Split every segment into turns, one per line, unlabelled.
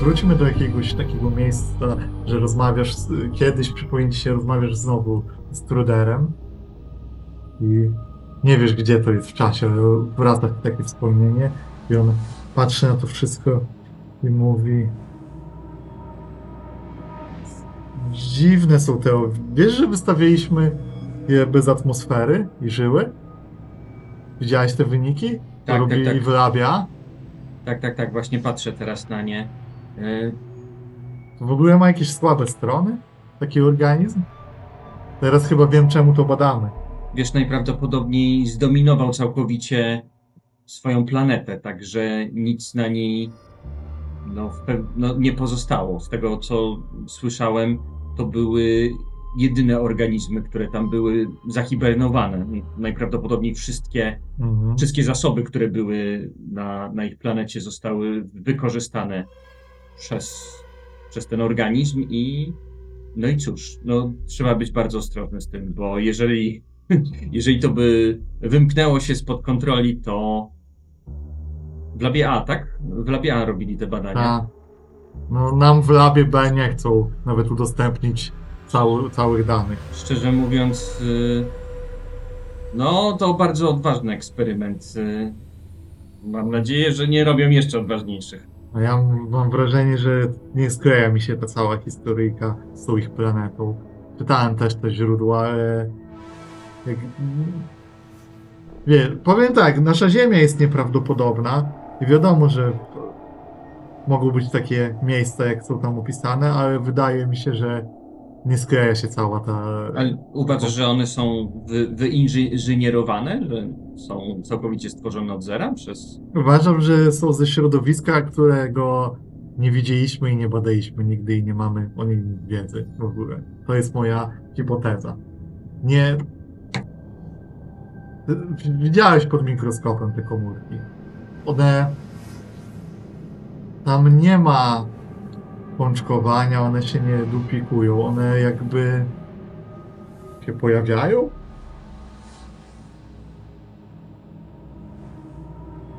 Wróćmy do jakiegoś takiego miejsca, że rozmawiasz, z, kiedyś przypomni ci się, rozmawiasz znowu z Truderem i nie wiesz, gdzie to jest w czasie, ale wraca ci takie wspomnienie i on patrzy na to wszystko i mówi dziwne są te, o- wiesz, że wystawiliśmy je bez atmosfery i żyły? Widziałeś te wyniki? To
tak,
robili
tak.
w labia.
Tak, tak, tak, właśnie patrzę teraz na nie. Y,
W ogóle ma jakieś słabe strony? Taki organizm? Teraz chyba wiem, czemu to badamy.
Wiesz, najprawdopodobniej zdominował całkowicie swoją planetę, także nic na niej no, w pew- no, nie pozostało. Z tego, co słyszałem, to były jedyne organizmy, które tam były zahibernowane. Najprawdopodobniej wszystkie,
Mhm.
wszystkie zasoby, które były na, na ich planecie, zostały wykorzystane przez, przez ten organizm i no i cóż, no, trzeba być bardzo ostrożny z tym, bo jeżeli, jeżeli to by wymknęło się spod kontroli, to w labie A, tak? W labie A robili te badania.
Ta. No, nam w labie B nie chcą nawet udostępnić cały, całych danych.
Szczerze mówiąc, y, no to bardzo odważny eksperyment. y. Mam nadzieję, że nie robią jeszcze odważniejszych.
A ja m- mam wrażenie, że nie skleja mi się ta cała historyjka z tą ich planetą. Czytałem też te źródła, ale... Jak... Wie, powiem tak, nasza Ziemia jest nieprawdopodobna i wiadomo, że mogą być takie miejsca, jak są tam opisane, ale wydaje mi się, że nie skleja się cała ta...
Ale uważasz, że one są wy, wyinżynierowane, że są całkowicie stworzone od zera przez...
Uważam, że są ze środowiska, którego nie widzieliśmy i nie badaliśmy nigdy i nie mamy o nim wiedzy w ogóle. To jest moja hipoteza. Nie. W- Widziałeś pod mikroskopem te komórki. One. Tam nie ma pączkowania, one się nie duplikują, one jakby się pojawiają.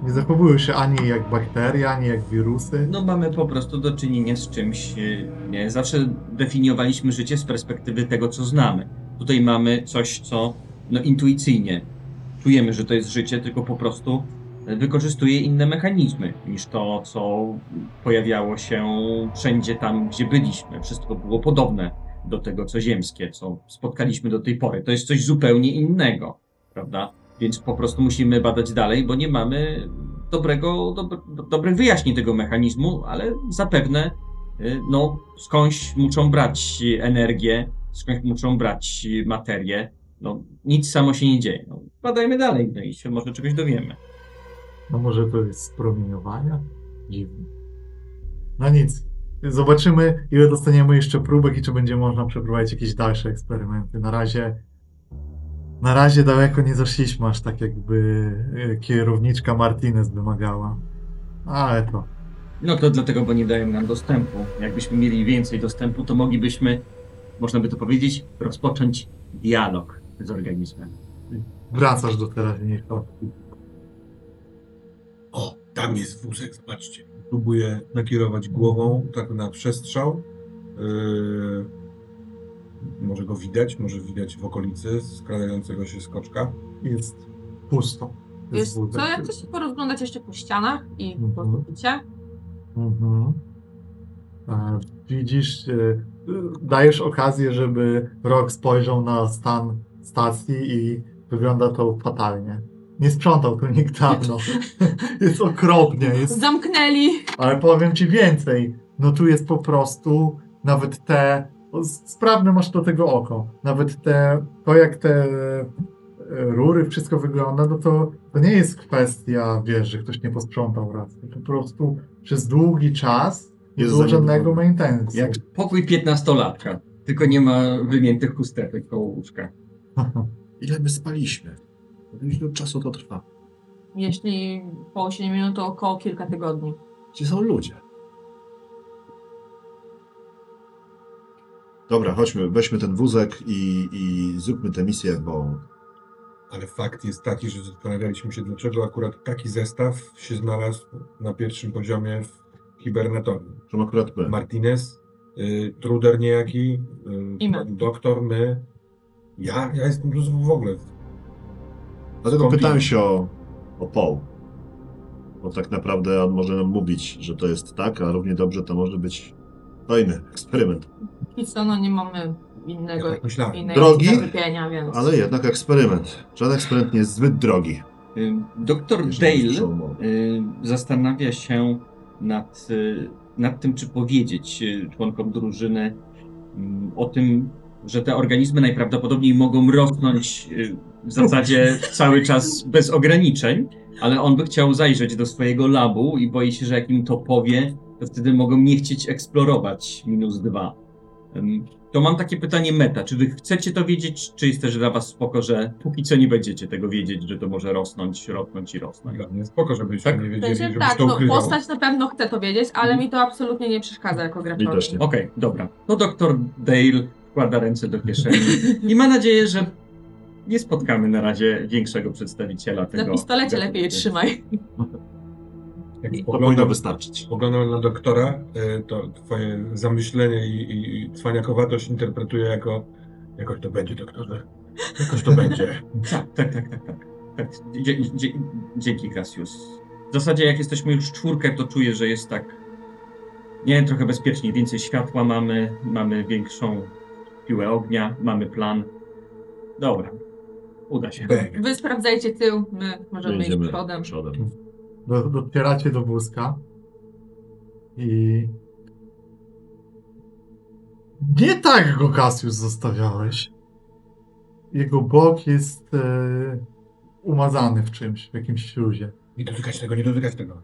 Nie zachowują się ani jak bakterie, ani jak wirusy.
No mamy po prostu do czynienia z czymś, y, nie? Zawsze definiowaliśmy życie z perspektywy tego, co znamy. Tutaj mamy coś, co no, intuicyjnie czujemy, że to jest życie, tylko po prostu y, wykorzystuje inne mechanizmy niż to, co pojawiało się wszędzie tam, gdzie byliśmy. Wszystko było podobne do tego, co ziemskie, co spotkaliśmy do tej pory. To jest coś zupełnie innego, prawda? Więc po prostu musimy badać dalej, bo nie mamy dobrego, dob dobrych wyjaśnień tego mechanizmu, ale zapewne y, no, skądś muszą brać y, energię, skądś muszą brać y, materię. No, nic samo się nie dzieje. No, badajmy dalej, no i się może czegoś dowiemy.
No może to jest z promieniowania? Dziwne. No nic. Zobaczymy, ile dostaniemy jeszcze próbek i czy będzie można przeprowadzić jakieś dalsze eksperymenty. Na razie. Na razie daleko nie zaszliśmy, aż tak jakby e, kierowniczka Martinez wymagała. Ale to.
No to dlatego, bo nie dają nam dostępu. Jakbyśmy mieli więcej dostępu, to moglibyśmy, można by to powiedzieć, rozpocząć dialog z organizmem.
Wracasz do teraźniejszej opcji.
O, tam jest wózek, zobaczcie. Próbuję nakierować głową tak na przestrzał. Yy, może go widać, może widać w okolicy skradającego się skoczka.
Jest pusto.
Wiesz
wózek.
co, jak chcesz się porozglądać jeszcze po ścianach i
Mhm.
po suficie?
Mhm. E, Widzisz, e, e, dajesz okazję, żeby Rok spojrzał na stan stacji i wygląda to fatalnie. Nie sprzątał tu nikt dawno. Jest okropnie, jest,
Zamknęli!
ale powiem ci więcej. No tu jest po prostu nawet te O, s- Sprawne masz do tego oko. Nawet te, to, jak te e, rury, wszystko wygląda, no to, to nie jest kwestia, wiesz, że ktoś nie posprzątał raz. Po prostu przez długi czas nie
Jest
było
zaniedbane.
żadnego maintenance.
Jak pokój piętnastolatka, tylko nie ma wymiętych chusteczek koło łóżka.
Ile my spaliśmy? Ile czasu to trwa?
Jeśli po 8 minut, to około kilka tygodni.
Gdzie są ludzie? Dobra, chodźmy, weźmy ten wózek i, i zróbmy tę misję, bo
Ale fakt jest taki, że zastanawialiśmy się, dlaczego akurat taki zestaw się znalazł na pierwszym poziomie w hibernatorii.
to akurat my.
Martinez, y, Truder niejaki,
I
y,
my.
pan doktor, my. Ja, ja jestem tu w ogóle.
Dlatego
Kombin.
pytałem się o, o Paul. Bo tak naprawdę on może nam mówić, że to jest tak, a równie dobrze to może być kolejny eksperyment.
I co, no nie mamy
Ja
innego,
tak myślałem.
innej
Drogi?
do wypienia, więc...
Ale jednak eksperyment. Żaden eksperyment nie jest zbyt drogi.
Y, Doktor
jeżeli
Dale
słyszą o-
y, zastanawia się nad, y, nad tym, czy powiedzieć y, członkom drużyny mm, o tym, że te organizmy najprawdopodobniej mogą rosnąć y, w zasadzie cały czas bez ograniczeń, ale on by chciał zajrzeć do swojego labu i boi się, że jak im to powie, to wtedy mogą nie chcieć eksplorować minus dwa. Ym, To mam takie pytanie meta. Czy wy chcecie to wiedzieć, czy jest też dla was spoko, że póki co nie będziecie tego wiedzieć, że to może rosnąć, rosnąć i rosnąć?
Dla mnie spoko, żebyśmy
Tak?
nie
W
wiedzieli,
sensie,
żebyś
tak,
to
no,
ukrywał.
postać na pewno chce to wiedzieć, ale mi to absolutnie nie przeszkadza jako graczowi.
Widocznie.
Okej, dobra. To doktor Dale wkłada ręce do kieszeni i ma nadzieję, że nie spotkamy na razie większego przedstawiciela
Na
tego.
pistolecie lepiej je trzymaj.
Jak
To
spoglądam-
powinno wystarczyć.
Spoglądam na doktora, y, to twoje zamyślenie i, i, i cwaniakowatość interpretuję jako jakoś to będzie, doktorze. Jakoś to będzie.
Tak, tak, tak, tak. tak. tak. Dzie- dzie- dzięki, Cassius. W zasadzie, jak jesteśmy już czwórkę, to czuję, że jest tak. Nie, trochę bezpieczniej. Więcej światła mamy, mamy większą piłę ognia, mamy plan. Dobra, uda się.
Bang.
Wy sprawdzajcie tył, my możemy
Będziemy
iść przodem.
przodem.
Do, dopieracie do wózka i... Nie tak go, Cassius, zostawiałeś. Jego bok jest e, umazany w czymś, w jakimś śluzie.
Nie dotykać tego, nie dotykać tego.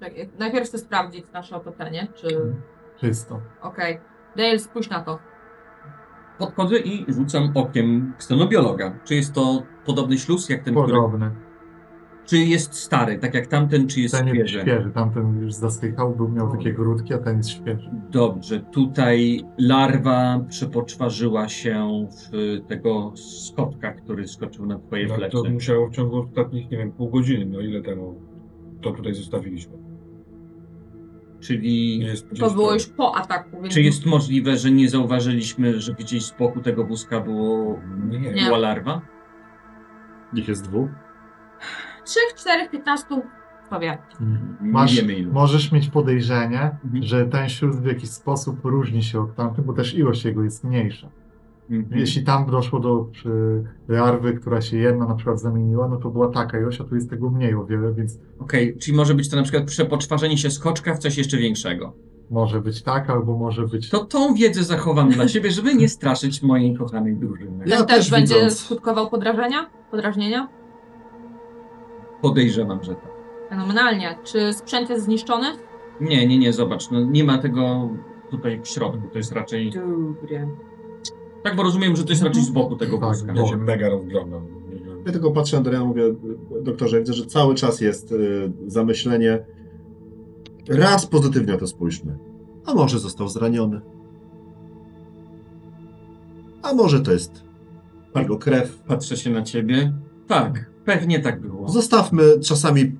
Tak, jak- najpierw chcę sprawdzić nasze otoczenie, czy...
Czysto.
Okej. Dale, spójrz na to.
Podchodzę i rzucam okiem ksenobiologa. Czy jest to podobny śluz jak ten, który...
Podobne.
Czy jest stary, tak jak tamten, czy jest
Ten jest
świeży?
świeży, tamten już zasychał, był miał takie grudki, a ten jest świeży.
Dobrze, tutaj larwa przepoczwarzyła się w tego skotka, który skoczył na twoje
No,
plecy.
to musiało w ciągu ostatnich, nie wiem, pół godziny, no ile temu to tutaj zostawiliśmy.
Czyli
Nie jest
To
gdzieś
było
tam.
już po ataku, więc...
czy jest możliwe, że nie zauważyliśmy, że gdzieś z boku tego wózka było,
Nie, nie.
Nie.
była larwa?
Ich jest dwóch.
3, 4, 15, to wie.
Masz-
nie wiemy ilu.
Mhm. Możesz mieć podejrzenie,
Mhm.
że ten śluz w jakiś sposób różni się od tamtych, bo też ilość jego jest mniejsza.
Mhm.
Jeśli tam doszło do przy larwy, która się jedna na przykład zamieniła, no to była taka ilość, a tu jest tego mniej o wiele, więc
Okej, czyli może być to na przykład przepoczwarzenie się skoczka w coś jeszcze większego.
może być tak, albo może być...
To tą wiedzę zachowam dla siebie, żeby nie straszyć mojej kochanej drużyny.
Ja
Ten
też
też będzie
widząc-
skutkował podrażnienia? Podrażnienia?
Podejrzewam, że tak.
Fenomenalnie. Czy sprzęt jest zniszczony?
Nie, nie, nie, zobacz, no, nie ma tego tutaj w środku, to jest raczej...
Dobry.
Tak, bo rozumiem, że to jest raczej z boku tego
Tak,
wózka.
Ja się mega rozglądam. Nie wiem.
Ja tylko patrzę na Doriana, mówię, doktorze, widzę, że cały czas jest y, zamyślenie. Raz pozytywnie na to spójrzmy. A może został zraniony? A może to jest jego krew?
Patrzę się na ciebie. Tak, pewnie tak było.
Zostawmy czasami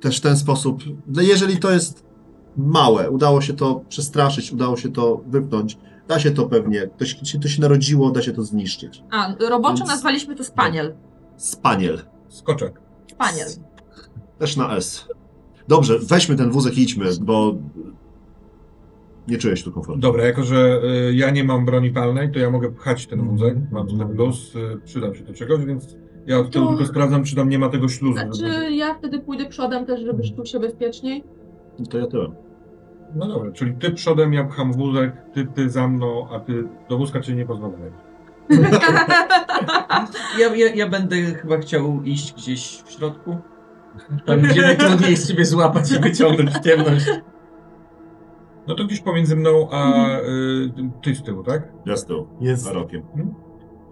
też w ten sposób. No, Jeżeli to jest małe, udało się to przestraszyć, udało się to wypnąć, da się to pewnie, to się, to się narodziło, da się to zniszczyć.
A, roboczo
Więc-
nazwaliśmy to spaniel.
Spaniel.
Skoczek.
Spaniel.
Też na S. Dobrze, weźmy ten wózek i idźmy, bo nie czuję się tu komfortu.
Dobra, jako że y, ja nie mam broni palnej, to ja mogę pchać ten
Mhm.
wózek, mam ten luz, y, przydam się do czegoś, więc ja od tyłu
To-
tylko sprawdzam, czy tam nie ma tego śluzu. Znaczy,
Znaczy, ja wtedy pójdę przodem też, żebyś czuł się bezpieczniej.
To ja tyłem.
No dobra, czyli ty przodem, ja pcham wózek, ty, ty za mną, a ty do wózka cię nie pozwolę.
Ja, ja, ja będę chyba chciał iść gdzieś w środku. Tam gdzie najtrudniej jest ciebie złapać i wyciągnąć w ciemność.
No to gdzieś pomiędzy mną a y,
Mhm.
ty z tyłu, tak?
Ja z tyłu,
Jest,
za rokiem.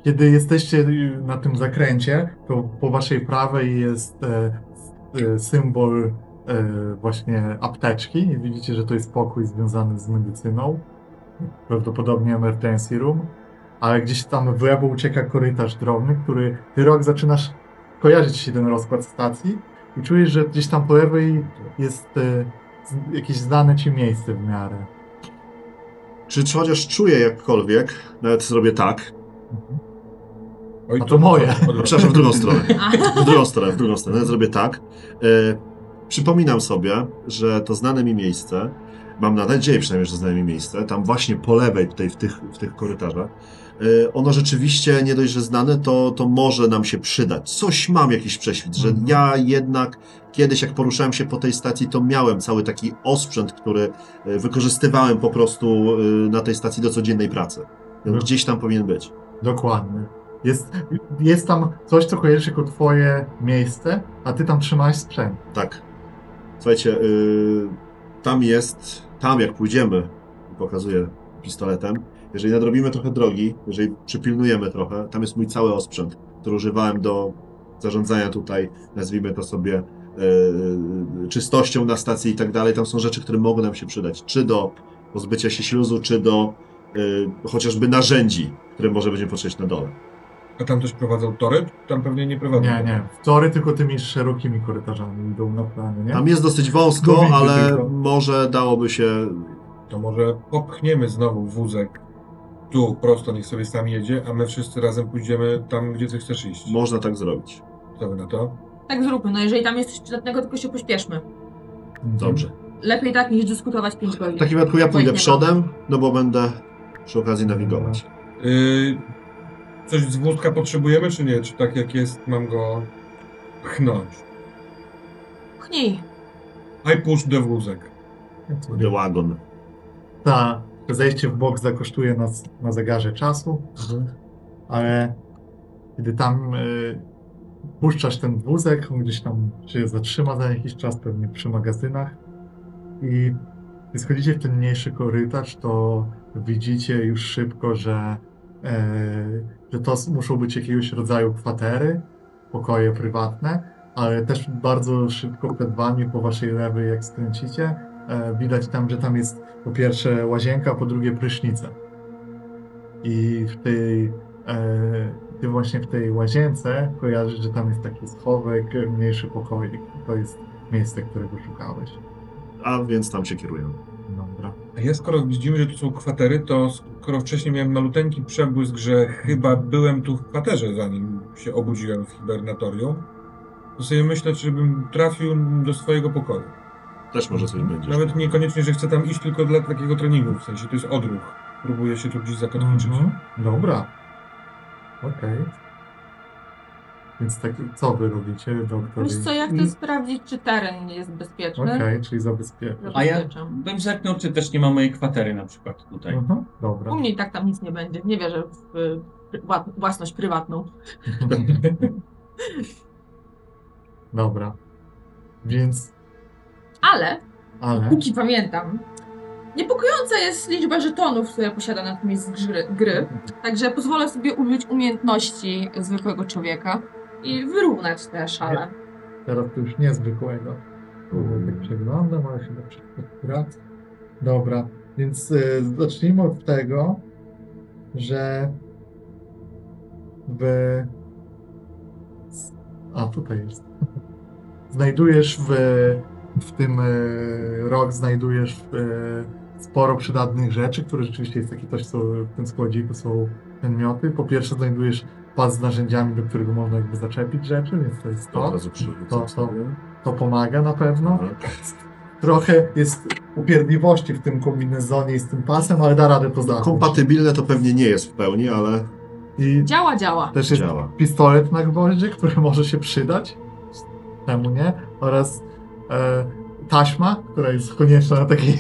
Kiedy jesteście y, na tym zakręcie, to po waszej prawej jest e, s- e, symbol e, właśnie apteczki i widzicie, że to jest pokój związany z medycyną, prawdopodobnie emergency room, ale gdzieś tam w lewo ucieka korytarz drobny, który ty rok zaczynasz kojarzyć ci ten rozkład stacji i czujesz, że gdzieś tam po lewej jest e, z- jakieś znane ci miejsce w miarę.
Czy, czy chociaż czuję jakkolwiek, nawet zrobię tak.
Oj,
A to moje.
Odwrotnie.
Przepraszam, w drugą stronę. W drugą stronę, w drugą stronę. Nawet zrobię tak. E, przypominam sobie, że to znane mi miejsce, mam na- nadzieję przynajmniej, że znane mi miejsce, tam właśnie po lewej tutaj w tych, w tych korytarzach, e, ono rzeczywiście nie dość, że znane, to, to może nam się przydać. Coś mam jakiś prześwit, że
Mhm.
ja jednak kiedyś jak poruszałem się po tej stacji, to miałem cały taki osprzęt, który e, wykorzystywałem po prostu e, na tej stacji do codziennej pracy. I on
Mhm.
Gdzieś tam powinien być.
Dokładnie. Jest, jest tam coś, co kojarzysz jako twoje miejsce, a ty tam trzymałeś sprzęt.
Tak. Słuchajcie, y, tam jest, tam jak pójdziemy, pokazuję pistoletem, jeżeli nadrobimy trochę drogi, jeżeli przypilnujemy trochę, tam jest mój cały osprzęt, który używałem do zarządzania tutaj, nazwijmy to sobie y, czystością na stacji i tak dalej. Tam są rzeczy, które mogą nam się przydać, czy do pozbycia się śluzu, czy do y, chociażby narzędzi, które może będziemy potrzebować na dole.
A tam ktoś prowadzą tory? Tam pewnie nie prowadzą.
Nie, nie. Wtory tylko tymi szerokimi korytarzami idą na planie, nie?
Tam jest dosyć wąsko,
Mówimy
ale
tylko.
może dałoby się
To może popchniemy znowu wózek tu prosto, niech sobie sam jedzie, a my wszyscy razem pójdziemy tam, gdzie ty chcesz iść.
można tak zrobić.
Co wy na to?
tak zróbmy, no jeżeli tam jest coś przydatnego, tylko się pośpieszmy.
Mhm.
Dobrze.
Lepiej tak niż dyskutować 5 godzin.
W takim wypadku ja
Bo
pójdę
ich nie
przodem, no bo będę przy okazji nawigować.
Yy, coś z wózka potrzebujemy, czy nie? Czy tak jak jest, mam go pchnąć?
ma. Pchnij.
I push the wózek.
Mówię wagon.
Ta zejście w bok zakosztuje nas na zegarze czasu, ale kiedy tam y, puszczasz ten wózek, on gdzieś tam się zatrzyma za jakiś czas, pewnie przy magazynach i gdy schodzicie w ten mniejszy korytarz, to widzicie już szybko, że, e, że to s- muszą być jakiegoś rodzaju kwatery, pokoje prywatne, ale też bardzo szybko przed wami, po waszej lewej, jak skręcicie, e, widać tam, że tam jest po pierwsze łazienka, po drugie prysznica. I w tej, e, ty właśnie w tej łazience kojarzysz, że tam jest taki schowek, e, mniejszy pokoik. To jest miejsce, którego szukałeś.
A więc tam się kierujemy.
Dobra.
A ja skoro widzimy, że tu są kwatery, to skoro wcześniej miałem maluteńki przebłysk, że chyba byłem tu w kwaterze, zanim się obudziłem w hibernatorium, to sobie myślę, czy bym trafił do swojego pokoju.
Też może sobie będziesz.
Nawet niekoniecznie, że chcę tam iść tylko dla takiego treningu, w sensie to jest odruch. Próbuję się tu gdzieś zakotwiczyć.
Mhm. Dobra. Okej. Więc tak, co wy robicie, doktor?
Wiesz co, ja chcę sprawdzić, czy teren jest bezpieczny.
Okej, czyli zabezpieczę.
A ja
Zabezpieczam.
bym zerknął, czy też nie ma mojej kwatery na przykład tutaj.
Mhm, dobra.
U mnie i tak tam nic nie będzie. Nie wierzę w y, prywa- własność prywatną.
dobra. Więc,
Ale,
ale...
póki pamiętam, niepokojąca jest liczba żetonów, które posiada na tym miejscu gry, gry. Także pozwolę sobie użyć umiejętności zwykłego człowieka i wyrównać te szale.
Teraz to już niezwykłego. Kurde, Tak przeglądam, ale chyba brat. Dobra, więc y, zacznijmy od tego, że w... s- A, tutaj jest. Znajdujesz w, w tym y, rok, znajdujesz y, sporo przydatnych rzeczy, które rzeczywiście jest takie coś, co w tym składziku są przedmioty. Po pierwsze znajdujesz pas z narzędziami, do którego można jakby zaczepić rzeczy, więc to jest to.
Od razu przerzucę
To, to. No.
sobie.
To pomaga na pewno.
Tak.
Trochę jest upierdliwości w tym kombinezonie i z tym pasem, ale da radę to
No,
zacząć.
Kompatybilne to pewnie nie jest w pełni, ale
I
Działa, działa.
też jest
działa.
pistolet na gwoździe, który może się przydać. Temu nie. Oraz e, taśma, która jest konieczna na takiej...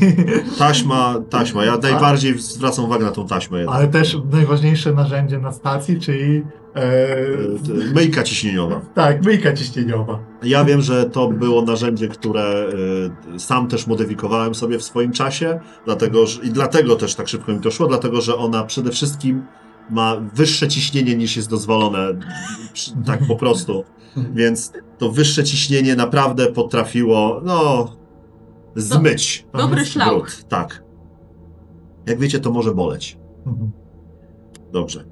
Taśma, taśma. Ja najbardziej zwracam uwagę na tą taśmę. jednak.
Tak. Ale też najważniejsze narzędzie na stacji, czyli... E,
Y, t- Myjka ciśnieniowa.
tak, myjka ciśnieniowa.
Ja wiem, że to było narzędzie, które y, sam też modyfikowałem sobie w swoim czasie, dlatego, że, i dlatego też tak szybko mi to szło, dlatego że ona przede wszystkim ma wyższe ciśnienie niż jest dozwolone, przy- tak po prostu. Więc to wyższe ciśnienie naprawdę potrafiło, no, zmyć
No,
Dobry szlak.
brud. Tak. Jak wiecie, to może boleć.
Mhm.
Dobrze,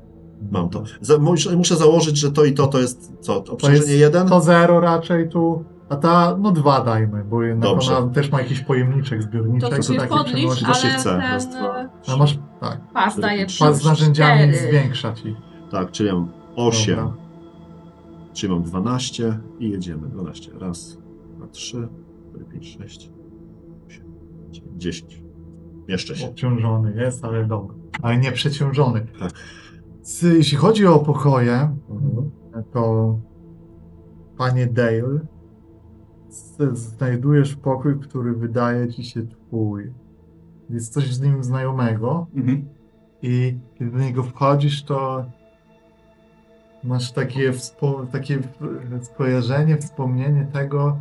mam to. Za, muszę, muszę założyć, że to i to to jest co?
jest-
Obciążenie jeden?
To zero raczej tu, a ta, no dwa dajmy, bo jednak
Dobrze.
ona też ma jakiś pojemniczek, zbiorniczek.
To
do
twój
takiej
podlicz,
przewozi-
Właśnie
ale
chcę.
ten
Raz, dwa,
e,
A masz, tak,
pas daje
Pas
pas z narzędziami
cztery.
zwiększa ci.
Tak, czyli mam 8,
Dobra.
czyli mam 12 i jedziemy. 12. Raz, dwa, trzy, cztery, pięć, sześć, osiem, dziewięć, dziesięć. Mieszczę się.
Obciążony jest, ale dobra. Ale nie przeciążony.
Tak.
Z, jeśli chodzi o pokoje,
Mhm.
to panie Dale, z- znajdujesz pokój, który wydaje ci się twój. Jest coś z nim znajomego
Mhm.
i kiedy do niego wchodzisz, to masz takie, wspo- takie w- skojarzenie, wspomnienie tego,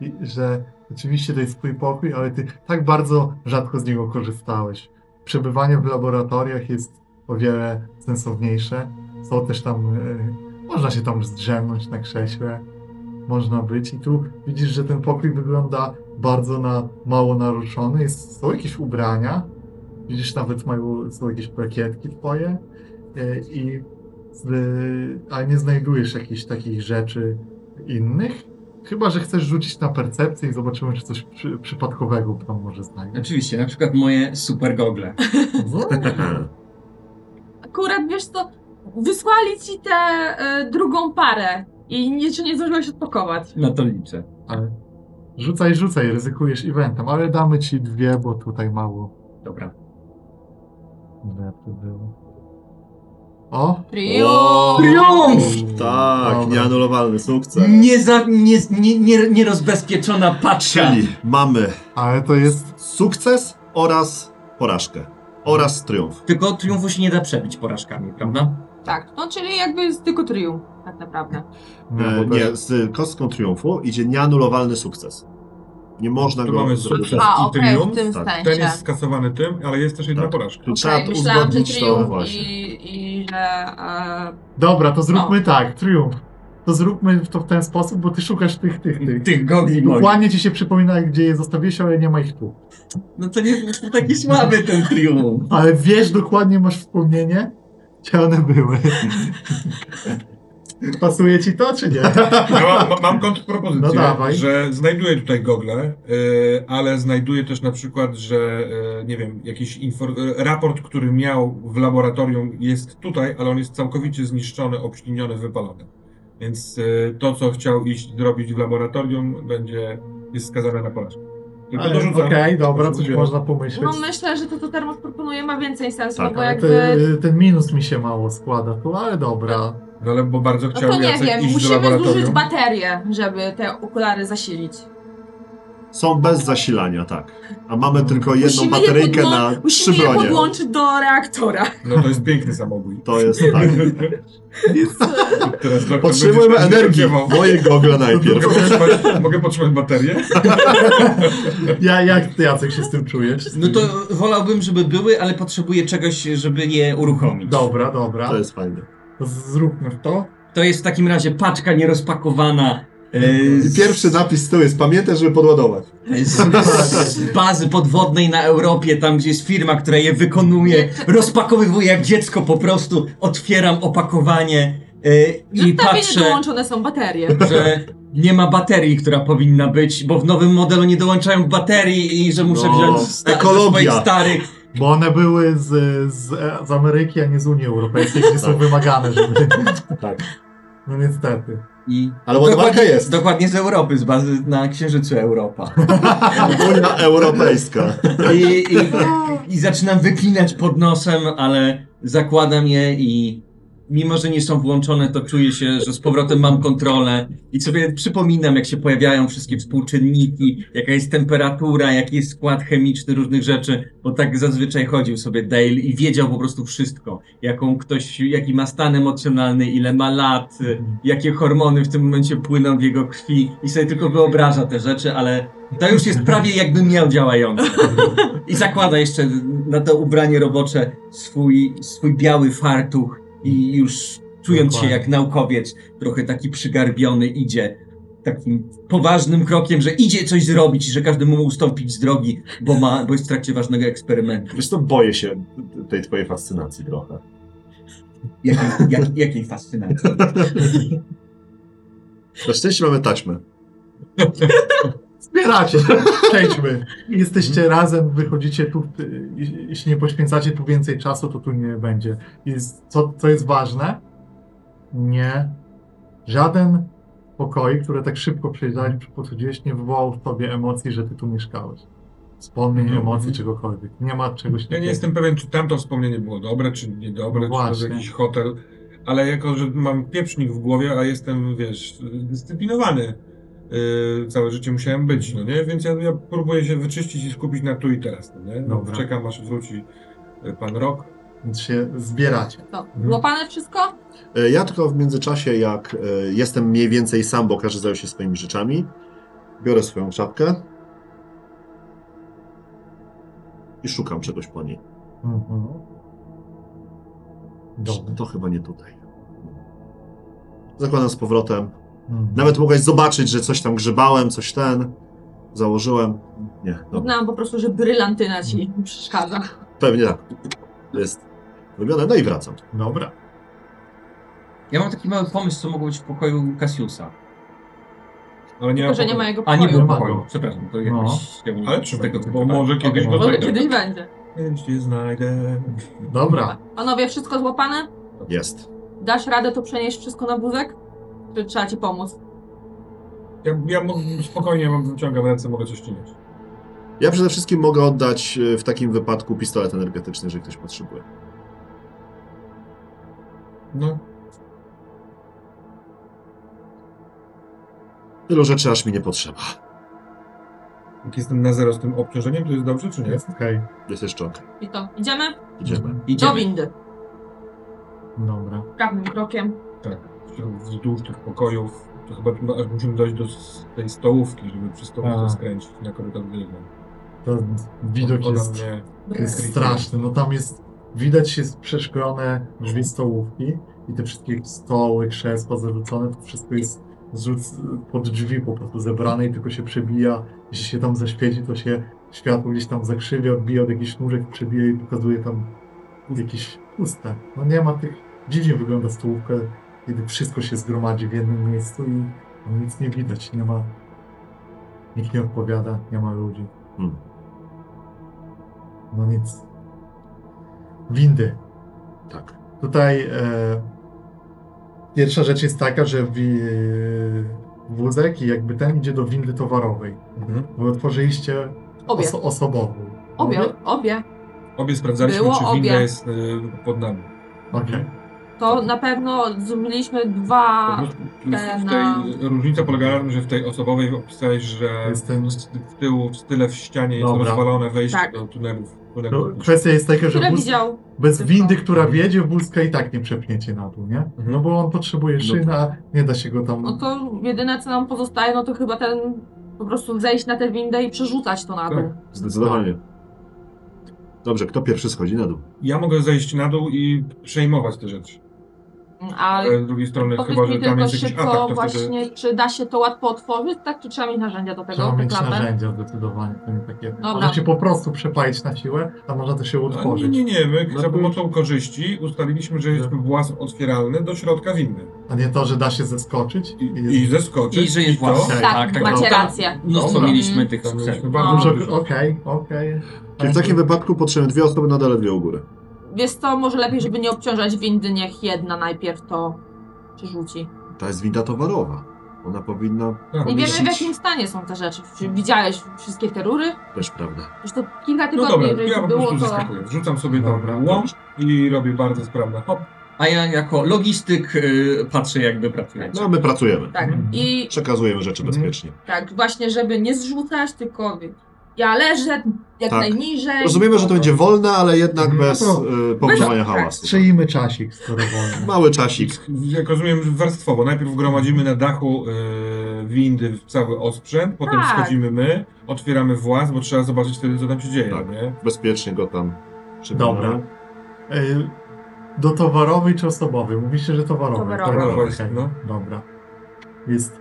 i- że oczywiście to jest twój pokój, ale ty tak bardzo rzadko z niego korzystałeś. Przebywanie w laboratoriach jest o wiele sensowniejsze. Są też tam, e, można się tam zdrzemnąć na krześle, można być i tu widzisz, że ten pokój wygląda bardzo na mało naruszony. Jest, są jakieś ubrania, widzisz nawet mają, są jakieś plakietki twoje e, i z- ale nie znajdujesz jakichś takich rzeczy innych. Chyba, że chcesz rzucić na percepcję i zobaczymy, czy coś przy, przypadkowego tam może znajdziesz.
Oczywiście, na przykład moje super gogle.
Akurat wiesz co, wysłali ci tę e, drugą parę i jeszcze nie zdążyłeś odpakować.
Na to liczę.
Ale E, rzucaj, rzucaj, ryzykujesz eventem, ale damy ci dwie, bo tutaj mało
Dobra.
rzeczy było. O!
Trio!
Triumf!
Tak,
Dobra.
nieanulowalny sukces.
Nie, za, nie, nie, nie, nierozbezpieczona paczka.
Czyli mamy
Ale to jest.
sukces oraz porażkę. Oraz triumf.
Tylko triumfu się nie da przebić porażkami, prawda?
Tak, no czyli jakby jest tylko trium, tak naprawdę.
E,
bo
nie, z kostką triumfu idzie nieanulowalny sukces. Nie można
Tu
go
mamy
zrobić.
sukces.
A,
I
okej,
triumf?
w tym
Tak.
sensie.
Ten jest skasowany tym, ale jest też jedna
Tak.
porażka.
Tu
Okej,
trzeba to
myślałam, że
uzgodnić to
trium
właśnie.
i, i że... E,
Dobra, to zróbmy tak, triumf. To zróbmy to w ten sposób, bo ty szukasz tych, tych, tych.
Tych gogli moich.
Dokładnie ci się przypomina, gdzie je zostawiłeś, ale nie ma ich tu.
No to nie to taki słaby ten triumf.
Ale wiesz dokładnie, masz wspomnienie, gdzie one były. Pasuje ci to, czy nie?
Ja mam, ma- mam
No
kontrpropozycję,
dawaj.
że znajduję tutaj gogle, y, ale znajduję też na przykład, że y, nie wiem, jakiś infor- y, raport, który miał w laboratorium jest tutaj, ale on jest całkowicie zniszczony, obśliniony, wypalony. Więc y, to, co chciał iść zrobić w laboratorium, będzie jest skazane na porażkę. Tylko
Ale Okej,
dorzucam.
dobra, coś
Dorzucam.
można pomyśleć.
no myślę, że to, co Termos proponuje, ma więcej sensu,
Tak,
bo
Ale
jakby...
te- ten minus mi się mało składa tu, ale dobra.
No ale bo bardzo
No to
chciał
nie
Jacek
wiem,
iść do
musimy zużyć
laboratorium.
baterię, żeby te okulary zasilić.
Są bez zasilania, tak. A mamy tylko jedną
Mhm. Musimy je
bateryjkę
podło-
na trzy
Musimy je
bronie.
podłączyć do reaktora.
No to jest piękny samobój.
To jest tak.
Teraz doktor
Potrzebujemy
będzie
energii.
śpiewał.
Moje gogle najpierw.
Mogę potrzymać, mogę potrzymać baterię?
Ja, jak ty, Jacek, się z tym czujesz?
No to wolałbym, żeby były, ale potrzebuję czegoś, żeby je uruchomić.
Dobra, dobra.
To jest fajne.
To Zróbmy to.
To jest w takim razie paczka nierozpakowana. e,
I pierwszy napis z tyłu jest pamiętaj, żeby podładować.
z, z, z bazy podwodnej na Europie, tam gdzie jest firma, która je wykonuje, rozpakowywuje jak dziecko po prostu, otwieram opakowanie y, i
Zestawienie
patrzę,
dołączone są baterie.
że nie ma baterii, która powinna być, bo w nowym modelu nie dołączają baterii i że muszę
No,
wziąć sta- ze
ekologia.
swoich starych.
Bo one były z, z, e, z Ameryki, a nie z Unii Europejskiej, gdzie są wymagane, żeby...
Tak.
No niestety.
I
Ale ładowarka
dokładnie,
jest.
Dokładnie z Europy, z bazy na Księżycu Europa.
Unia Europejska.
I, i, I zaczynam wypinać pod nosem, ale zakładam je i mimo że nie są włączone, to czuję się, że z powrotem mam kontrolę i sobie przypominam, jak się pojawiają wszystkie współczynniki, jaka jest temperatura, jaki jest skład chemiczny różnych rzeczy, bo tak zazwyczaj chodził sobie Dale i wiedział po prostu wszystko, jaką ktoś, jaki ma stan emocjonalny, ile ma lat, y, jakie hormony w tym momencie płyną w jego krwi i sobie tylko wyobraża te rzeczy, ale to już jest prawie jakby miał działający. I zakłada jeszcze na to ubranie robocze swój, swój biały fartuch i już czując się
Dokładnie.
jak naukowiec, trochę taki przygarbiony idzie takim poważnym krokiem, że idzie coś zrobić i że każdy mu ustąpić z drogi, bo, ma, bo jest w trakcie ważnego eksperymentu.
Wiesz, to boję się tej twojej fascynacji trochę.
Jakiej, jak, jakiej fascynacji.
Na szczęście mamy taśmę.
Zbieracie, przejdźmy. Jesteście
Mhm.
razem, wychodzicie tu, y, jeśli- jeśli nie poświęcacie tu więcej czasu, to tu nie będzie. I z- co, co jest ważne, nie, żaden pokoi, które tak szybko przejeżdżałeś, podchodziłeś, nie wywołał w tobie emocji, że ty tu mieszkałeś. Wspomnień,
Mhm.
emocji, czegokolwiek. Nie ma czegoś
Ja nie jestem pewien, czy tamto wspomnienie było dobre, czy niedobre,
No
czy może
właśnie.
jakiś hotel, ale jako, że mam pieprznik w głowie, a jestem, wiesz, dyscyplinowany, yy, całe życie musiałem być, no nie? Więc ja, ja próbuję się wyczyścić i skupić na tu i teraz, no nie?
Dobra.
Czekam, aż wróci y, pan Rok.
Więc się zbieracie.
To,
Mhm.
złapane wszystko?
E, Ja tylko w międzyczasie, jak e, jestem mniej więcej sam, bo każdy zajął się swoimi rzeczami, biorę swoją czapkę i szukam czegoś po niej.
Mhm. Dobra.
To chyba nie tutaj. Zakładam z powrotem.
Mhm.
Nawet mogłeś zobaczyć, że coś tam grzebałem, coś ten. Założyłem. Nie, no, dobra. Mhm.
Uznałam po prostu, że brylantyna ci przeszkadza.
Pewnie tak. Jest robione. No i wracam.
Dobra.
Ja mam taki mały pomysł, co mogło być w pokoju Cassiusa.
Ale nie
Tylko,
mam
że nie
pokoju.
ma jego
A nie
pokoju.
Nie ma
było pokoju,
go.
przepraszam, to
No.
jakoś... ja mu
Ale
z
trzymaj
tego
go, bo
wypadłem.
może kiedyś
Okej.
Może
będzie.
kiedyś będzie.
Jeśli znajdę...
Dobra.
Panowie, wszystko złapane?
Jest.
Dasz radę to przenieść wszystko na wózek? Czy trzeba ci pomóc?
Ja, ja mógł- spokojnie mam- wyciągam ręce, mogę coś czynić.
Ja przede wszystkim mogę oddać e, w takim wypadku pistolet energetyczny, jeżeli ktoś potrzebuje.
No,
Tylu rzeczy aż mi nie potrzeba.
jak jestem na zero z tym obciążeniem, to jest dobrze, czy nie?
Jest okej.
Jest jeszcze ok.
I to, idziemy?
Idziemy.
Do
Idziemy.
windy.
Dobra.
Prawym krokiem.
Tak, wzdłuż tych pokojów. To chyba no, aż musimy dojść do s- tej stołówki, żeby przy
A.
stołówce skręcić na korytarz biegną.
To widok jest...
Mnie...
To jest straszne. No tam jest, widać jest przeszklone drzwi stołówki i te wszystkie stoły, krzesła zarzucone, to wszystko jest zrzuc pod drzwi po prostu zebrane i tylko się przebija. Jeśli się tam zaświeci, to się światło gdzieś tam zakrzywia, odbija od jakichś nóżek, przebija i pokazuje tam jakieś puste. No nie ma tych, dziwnie wygląda stołówka, kiedy wszystko się zgromadzi w jednym miejscu i no, nic nie widać, nie ma, nikt nie odpowiada, nie ma ludzi.
Hmm.
No nic. Windy.
Tak.
Tutaj e, pierwsza rzecz jest taka, że wi, wózek i jakby ten idzie do windy towarowej.
Mhm.
Bo otworzyliście
Obie.
oso- osobową.
Obie, obie.
Obie sprawdzaliśmy,
Było
czy
obie.
winda jest y, pod nami.
Okej.
Mhm.
To na pewno zrobiliśmy dwa...
Po prostu w
na-
tej, różnica polegała na tym, że w tej osobowej opisałeś, że
Jestem-
z- w tyłu, w tyle w ścianie jest
Dobra. No,
rozwalone wejście
Tak.
do tunelów. tunelów.
To Kwestia jest taka, że
Które
wóz,
widział?
bez
tylko-
windy, która wjedzie, wózka i tak nie przepniecie na dół, nie?
Mhm.
No bo on potrzebuje
No
szyna, nie da się go tam...
No to jedyne co nam pozostaje, no to chyba ten... Po prostu zejść na tę windę i przerzucać to na dół.
Zdecydowanie. Dobrze, kto pierwszy schodzi na dół?
Tak,
Ja mogę zejść na dół i przejmować te rzeczy.
Ale
Tak. Ale z drugiej strony,
powiedz
chyba, że
mi
tam
tylko
jest jakiś atak,
szybko
to wtedy...
właśnie, czy da się to łatwo otworzyć, tak? Czy trzeba mieć narzędzia do tego?
Trzeba
tę
mieć
klapę?
narzędzia zdecydowanie, to nie takie.
Dobra.
Może się po prostu przepalić na siłę, a można to się
A No, Nie,
utworzyć.
nie, nie. My
No
za
to-
pomocą korzyści ustaliliśmy, że jest włas otwieralny do środka windy.
A nie to, że da się zeskoczyć
I,
jest-
i zeskoczyć.
I że jest
to-
własny.
Tak,
Tak,
tak,
macie
no, tam-
rację.
Mnóstwo
Dobra.
mieliśmy tych
Tam
skrzep.
mieliśmy
No.
bardzo
Dużo,
dużo.
okej, okej.
Czyli w takim wypadku potrzebujemy dwie osoby na dalewie u góry.
Wiesz co, może lepiej, żeby nie obciążać windy, niech jedna najpierw to przerzuci.
Ta jest winda towarowa. Ona powinna
Tak.
Nie wiemy w
Pomieścić.
jakim stanie są te rzeczy. Czy widziałeś wszystkie te rury?
też, prawda?
Już to kilka
No
tygodni,
dobra,
jeżeli
ja po
było
prostu
to...
zeskakuję. Wrzucam sobie
Dobra.
tam łom i robię bardzo sprawne hop.
a ja jako logistyk y, patrzę, jak wy pracujecie.
No, my pracujemy.
Tak.
Mhm.
I
Przekazujemy rzeczy
Mhm.
bezpiecznie.
tak, właśnie, żeby nie zrzucać, tylko ja leżę jak
Tak.
najniżej.
Rozumiem, że to będzie wolne, ale jednak
Mhm.
bez
No
y, powodowania
tak.
hałasu. tak.
Strzelimy czasik, skoro wolno.
Mały czasik.
Jak rozumiem, że warstwowo. Najpierw gromadzimy na dachu e, windy w cały osprzęt, potem
Tak.
schodzimy my, otwieramy włas, bo trzeba zobaczyć wtedy, co tam się dzieje,
Tak.
nie?
Bezpiecznie go tam przebieramy.
Dobra. Y, Do towarowej czy osobowej? Mówiliście, że towarowej. Tak,
Towarowej.
Towarowej,
okej.
no.
Dobra. Jest.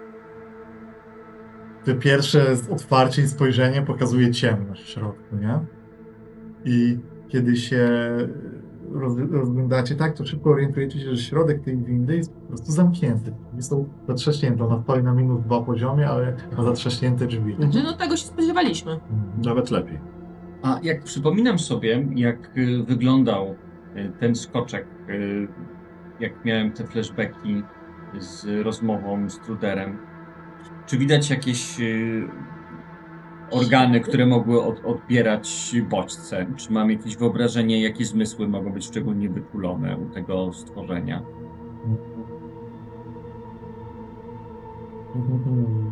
Te pierwsze z- otwarcie i spojrzenie pokazuje ciemność w środku, nie? I kiedy się roz, rozglądacie tak, to szybko orientujecie się, że środek tej windy jest po prostu zamknięty. Jest to zatrzaśnięte. Ona stoi na minus dwa poziomie, ale ma zatrzaśnięte drzwi.
Znaczy, no tego się spodziewaliśmy.
Nawet lepiej.
A jak przypominam sobie, jak y, wyglądał y, ten skoczek, y, jak miałem te flashbacki z rozmową z Truderem, czy widać jakieś y, organy, które mogły od, odbierać bodźce? Czy mam jakieś wyobrażenie, jakie zmysły mogą być szczególnie wykulone u tego stworzenia?
Mhm.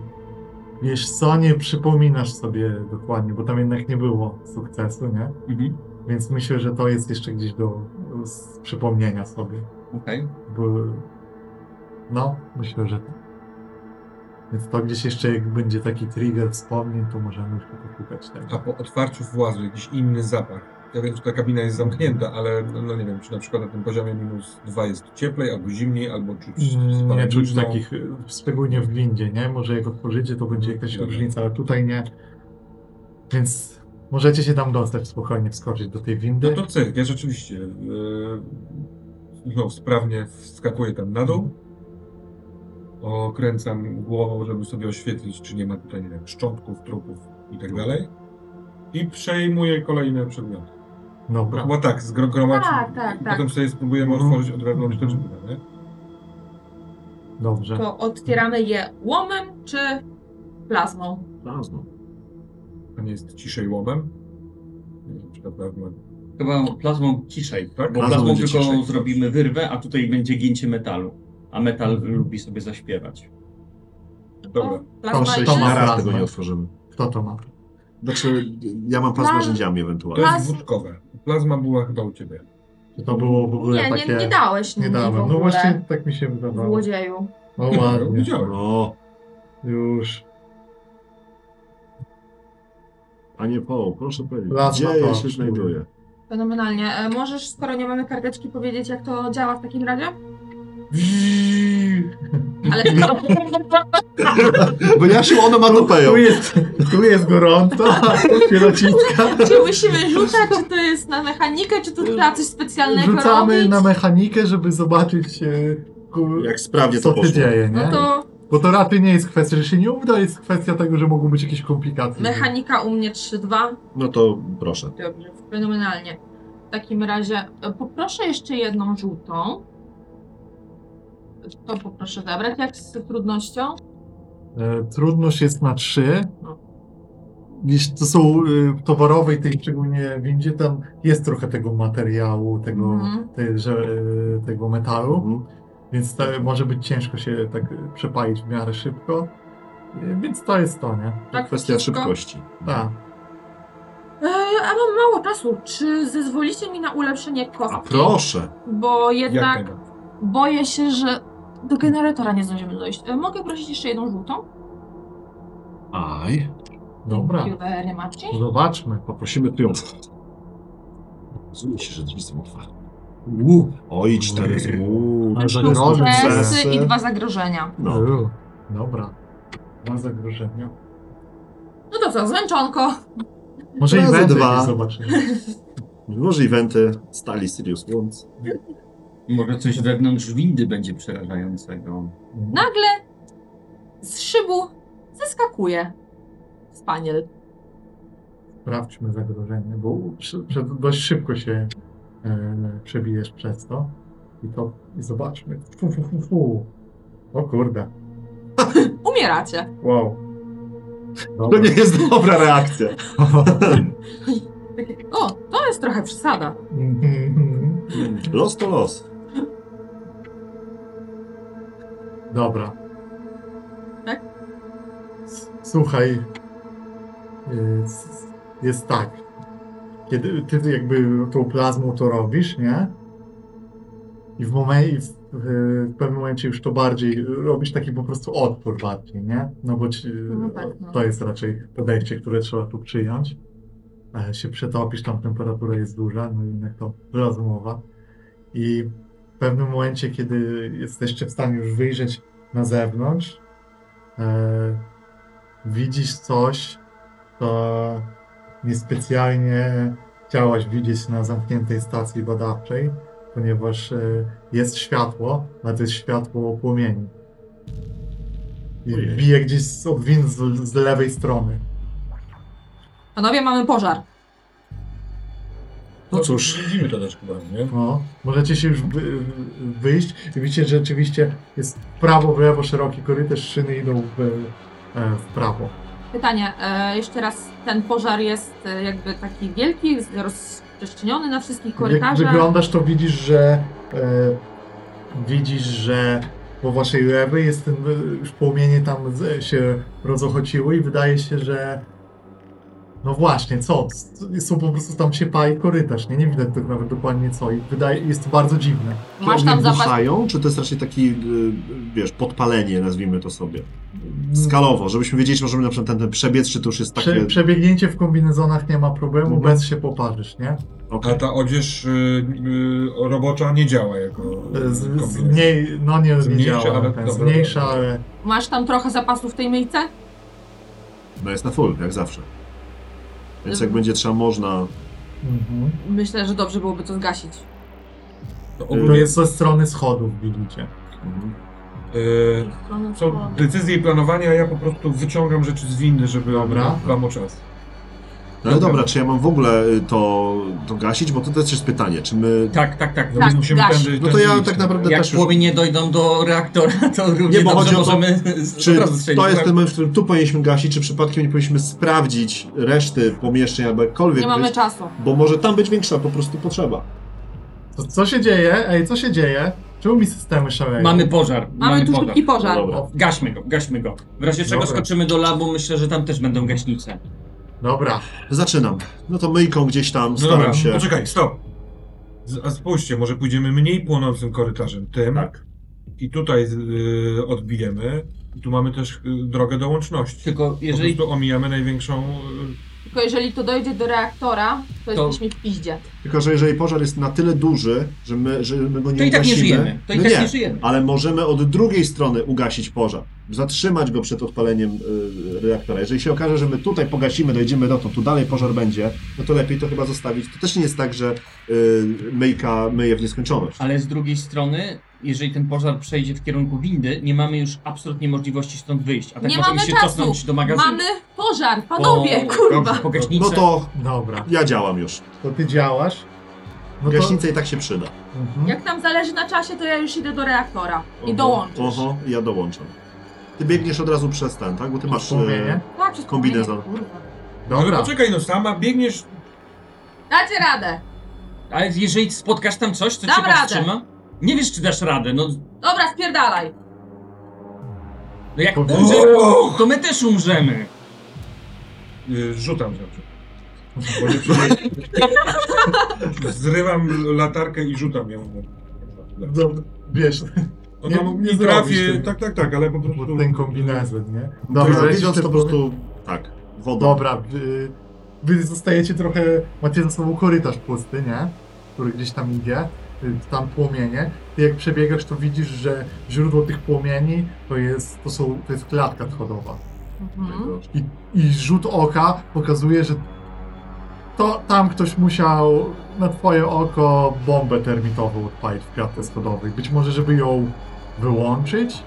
Wiesz co, nie przypominasz sobie dokładnie, bo tam jednak nie było sukcesu, nie?
Mhm.
Więc myślę, że to jest jeszcze gdzieś do s- przypomnienia sobie.
Okej.
Bo... No, myślę, że tak. Więc to gdzieś jeszcze jak będzie taki trigger wspomnień, to możemy już poszukać tego.
A po otwarciu włazu jakiś inny zapach. Ja wiem, że ta kabina jest zamknięta, ale no, no nie wiem, czy na przykład na tym poziomie minus dwa jest cieplej, albo zimniej, albo czuć
Mm, Nie
spalenizną.
czuć takich, y, szczególnie w windzie, nie? Może jak otworzycie, to będzie jakaś
Dobra.
różnica, ale tutaj nie. Więc możecie się tam dostać spokojnie, wskoczyć do tej windy.
No to cyk, ja rzeczywiście e, no, sprawnie wskakuję tam na dół. Okręcam głową, żeby sobie oświetlić, czy nie ma tutaj nie wiem, szczątków, trupów i tak dalej. I przejmuję kolejne przedmioty.
Dobra.
Chyba tak, zgromadź.
Tak, tak, tak.
Potem sobie spróbujemy
Mhm.
otworzyć od wewnątrz te
Mhm.
drzwi, nie?
Dobrze.
To otwieramy je łomem czy plazmą.
Plazma.
A nie jest ciszej łomem? Nie wiem, czy to prawda.
Chyba plazmą ciszej,
Tak,
bo
plazmą
plazmą
będzie
tylko
ciszej.
zrobimy wyrwę, a tutaj będzie gięcie metalu. A metal
Mhm.
lubi sobie zaśpiewać.
Dobra.
To
To
plazma
sześć
jest...
ma
Tomara
plazma.
tego nie otworzymy.
Kto to ma?
Znaczy, ja mam pas z
Plaz-
narzędziami
To
ewentualnie.
Plaz-
jest wódkowe. Plazma była chyba u ciebie.
Czy to było w ogóle
Nie, nie,
takie...
nie dałeś
nie
mi w
dałem.
ogóle.
No właśnie tak mi się
W
wydawało.
łodzieju.
No ładnie.
Widziałem.
No,
Już.
panie Paul, proszę powiedzieć,
Plazma
gdzie
to
ja się
przyjmuje.
znajduję?
Fenomenalnie. E, Możesz, skoro nie mamy karteczki, powiedzieć, jak to działa w takim razie? Ale
Wyjaśnił onomatopeją.
Tu jest, tu jest gorąco, a tu się naciska.
czy musimy rzucać, czy to jest na mechanikę, czy to trzeba coś specjalnego
Rzucamy
robić?
na mechanikę, żeby zobaczyć, e, ku-
Jak sprawnie
co
to
się
poszło.
dzieje, nie?
No to
Bo to raczej nie jest kwestia, że się nie uda, jest kwestia tego, że mogą być jakieś komplikacje.
mechanika u mnie 3-2.
No to proszę.
Dobrze, fenomenalnie. W takim razie e, poproszę jeszcze jedną żółtą. To poproszę zabrać, jak z trudnością.
E, Trudność jest na 3.
No.
Gdzieś to są y, w towarowej, tej szczególnie windzie, tam jest trochę tego materiału, tego,
Mhm.
tej, że, y, tego metalu.
Mhm.
Więc to może być ciężko się tak y, przepalić w miarę szybko. Y, Więc to jest to, nie?
Tak,
Kwestia
wszystko?
szybkości.
Tak.
E, a mam mało czasu. Czy zezwolicie mi na ulepszenie
A
kostki?
proszę!
Bo
Jak
jednak
najbardziej.
boję się, że do generatora nie zdążymy dojść. E, Mogę prosić jeszcze jedną żółtą?
Aj.
Dobra.
Dziękuję very much.
Zobaczmy.
Poprosimy triumf. Rozumie się, że drzwi są otwarte. Uuu, oj, cztery są. Uuu,
Ale
cztery
to
są.
sukcesy
Sukcesy i dwa zagrożenia.
No.
U, Dobra. Ma zagrożenia.
No to co, zmęczonko.
Może i
Razy
będę
dwa.
gdzieś zobaczymy.
Może eventy stali Sirius Wounds.
Może coś wewnątrz windy będzie przerażającego.
Nagle z szybu zeskakuje spaniel.
Sprawdźmy zagrożenie, bo przy, przy, dość szybko się e, przebijesz przez to. I to i zobaczmy. Fu, fu, fu, fu. O kurde.
Umieracie.
Wow.
To
Dobra.
nie jest dobra reakcja.
Takie, O, to jest trochę przesada.
Mhm.
Los to los.
Dobra.
Tak?
S- Słuchaj, y, s- jest tak. Kiedy ty jakby tą plazmą to robisz, nie? I w momencie, w, w pewnym momencie już to bardziej robisz taki po prostu odpór bardziej, nie? No bo ci,
No tak, no.
to jest raczej podejście, które trzeba tu przyjąć. E, się przetopisz, tam temperatura jest duża, no i jak to rozumowa. I w pewnym momencie, kiedy jesteście w stanie już wyjrzeć na zewnątrz, e, widzisz coś, co niespecjalnie chciałaś widzieć na zamkniętej stacji badawczej, ponieważ e, jest światło, ale to jest światło płomieni. I
Ojej.
bije gdzieś z obwin z, z lewej strony.
Panowie, mamy pożar.
No cóż. Widzimy to też chyba, nie?
No, możecie się już wy, wyjść i widzicie, że rzeczywiście jest w prawo, w lewo szeroki korytarz, szyny idą w, e, w prawo.
Pytanie, e, jeszcze raz, ten pożar jest e, jakby taki wielki, z- rozprzestrzeniony na wszystkich
Jak
korytarzach.
wyglądasz, to widzisz, że e, widzisz, że po waszej lewej jest ten e, już płomienie tam z, się rozochociły i wydaje się, że no właśnie, co? S- Są po prostu tam się pali korytarz, nie? Nie widać tak nawet dokładnie co i wydaje, jest to bardzo dziwne.
Masz
Czy
tam
oni
zapas...
buchają, czy to jest raczej taki, y, wiesz, podpalenie, nazwijmy to sobie? Skalowo, żebyśmy wiedzieli, czy możemy na przykład ten, ten przebiec, czy to już jest takie...
Prze, przebiegnięcie w kombinezonach nie ma problemu,
Mhm.
bez się poparzysz, nie? E,
Okej.
A ta odzież y, y, robocza nie działa jako
Z, z
kombinezon.
mniej, no nie, nie
Zmniejsza,
działa,
ale
ten,
dobra,
zmniejsza,
dobra.
ale
Masz tam trochę zapasów w tej myjce?
No jest na full, jak zawsze. Więc jak
Mhm.
będzie trzeba, można...
mhm.
Myślę, że dobrze byłoby to zgasić.
To
to
ogólnie
jest ze strony schodów, widzicie.
Mhm.
y,
Strony
są decyzje i planowanie, a ja po prostu wyciągam rzeczy z windy, żeby
Dobra.
wam o czas.
No ale
Dobra.
dobra, czy ja mam w ogóle y, to, to gasić? Bo to też jest pytanie, czy my...
Tak, tak, tak.
No
Tak,
my musimy
gaś.
tędy-
No to
tędy
ja
iść.
tak naprawdę
Jak
też już...
płomienie dojdą do reaktora, to
Nie,
równie
bo
dobrze
chodzi o to,
możemy
Czy
od razu strzelić.
to jest ten moment, w którym tu powinniśmy gasić, czy przypadkiem nie powinniśmy sprawdzić reszty pomieszczeń albo jakkolwiek
Nie mamy
być,
czasu.
bo może tam być większa po prostu potrzeba.
Co, co się dzieje? Ej, co się dzieje? Czemu mi systemy szaleją?
Mamy pożar.
Mamy tu
pożar.
szybki pożar.
dobra.
Gaśmy go, gaśmy go. W razie czego
Dobra.
skoczymy do labu, myślę, że tam też będą gaśnice.
Dobra,
Zaczynam. No to myjką gdzieś tam
No
staram
dobra,
się.
poczekaj, stop. Z, a spójrzcie, może pójdziemy mniej płonącym korytarzem, tym.
Tak.
I tutaj y, odbijemy. Tu mamy też y, drogę do łączności.
Tylko jeżeli
Po prostu omijamy największą... y,
Tylko jeżeli to dojdzie do reaktora, to,
To-
jesteśmy w piździe.
Tylko, że jeżeli pożar jest na tyle duży, że my, że my go nie
To i tak nie
ugasimy,
żyjemy. To i
no
tak
nie,
nie żyjemy.
ale możemy od drugiej strony ugasić pożar. Zatrzymać go przed odpaleniem y, reaktora. Jeżeli się okaże, że my tutaj pogasimy, dojdziemy dotąd, tu dalej pożar będzie, no to lepiej to chyba zostawić. To też nie jest tak, że y, myjka myje w nieskończoność.
Ale z drugiej strony, jeżeli ten pożar przejdzie w kierunku windy, nie mamy już absolutnie możliwości stąd wyjść. A tak
Nie
możemy
mamy
się
czasu.
cofnąć do magazynu.
Mamy pożar, panowie,
po,
kurwa!
Po gaśnicę.
No to
dobra.
ja działam już.
To ty działasz. No to,
Gaśnica i tak się przyda.
mhm.
Jak nam zależy na czasie, to ja już idę do reaktora i
Oho,
dołączę.
Oho, ja dołączam. Ty biegniesz od razu przez ten, tak? Bo ty masz... y,
Płomienie?
Tak, wszystko
Kombinezon.
fajnie, kurwa.
Ale
Dobra,
poczekaj, no sama biegniesz...
Dacie radę!
Ale jeżeli spotkasz tam coś, co
Dam
cię
radę.
powstrzyma, nie wiesz, czy dasz radę. No,
Dobra, spierdalaj!
no jak
Powiem-
umrzesz,
Och!
to my też umrzemy.
Y, rzucam rzeczy. Bo nie przyjmie- Zrywam latarkę i rzucam ją.
dobra. Wiesz,
No,
Nie-
no,
nie
nie
zrobisz
trafię,
tego.
tak, tak, tak, ale po prostu...
ten kombinezon, nie?
Dobra,
lecisz
widząc
ty
to po
powoli-
prostu... Tak, wodą.
Dobra, wy, wy zostajecie trochę, macie za sobą korytarz pusty, nie? Który gdzieś tam idzie, y, tam płomienie. Ty jak przebiegasz, to widzisz, że źródło tych płomieni to jest, to są, to jest klatka schodowa.
Mhm.
I, I rzut oka pokazuje, że to tam ktoś musiał na twoje oko bombę termitową odpalić w klatce schodowej. Być może, żeby ją wyłączyć,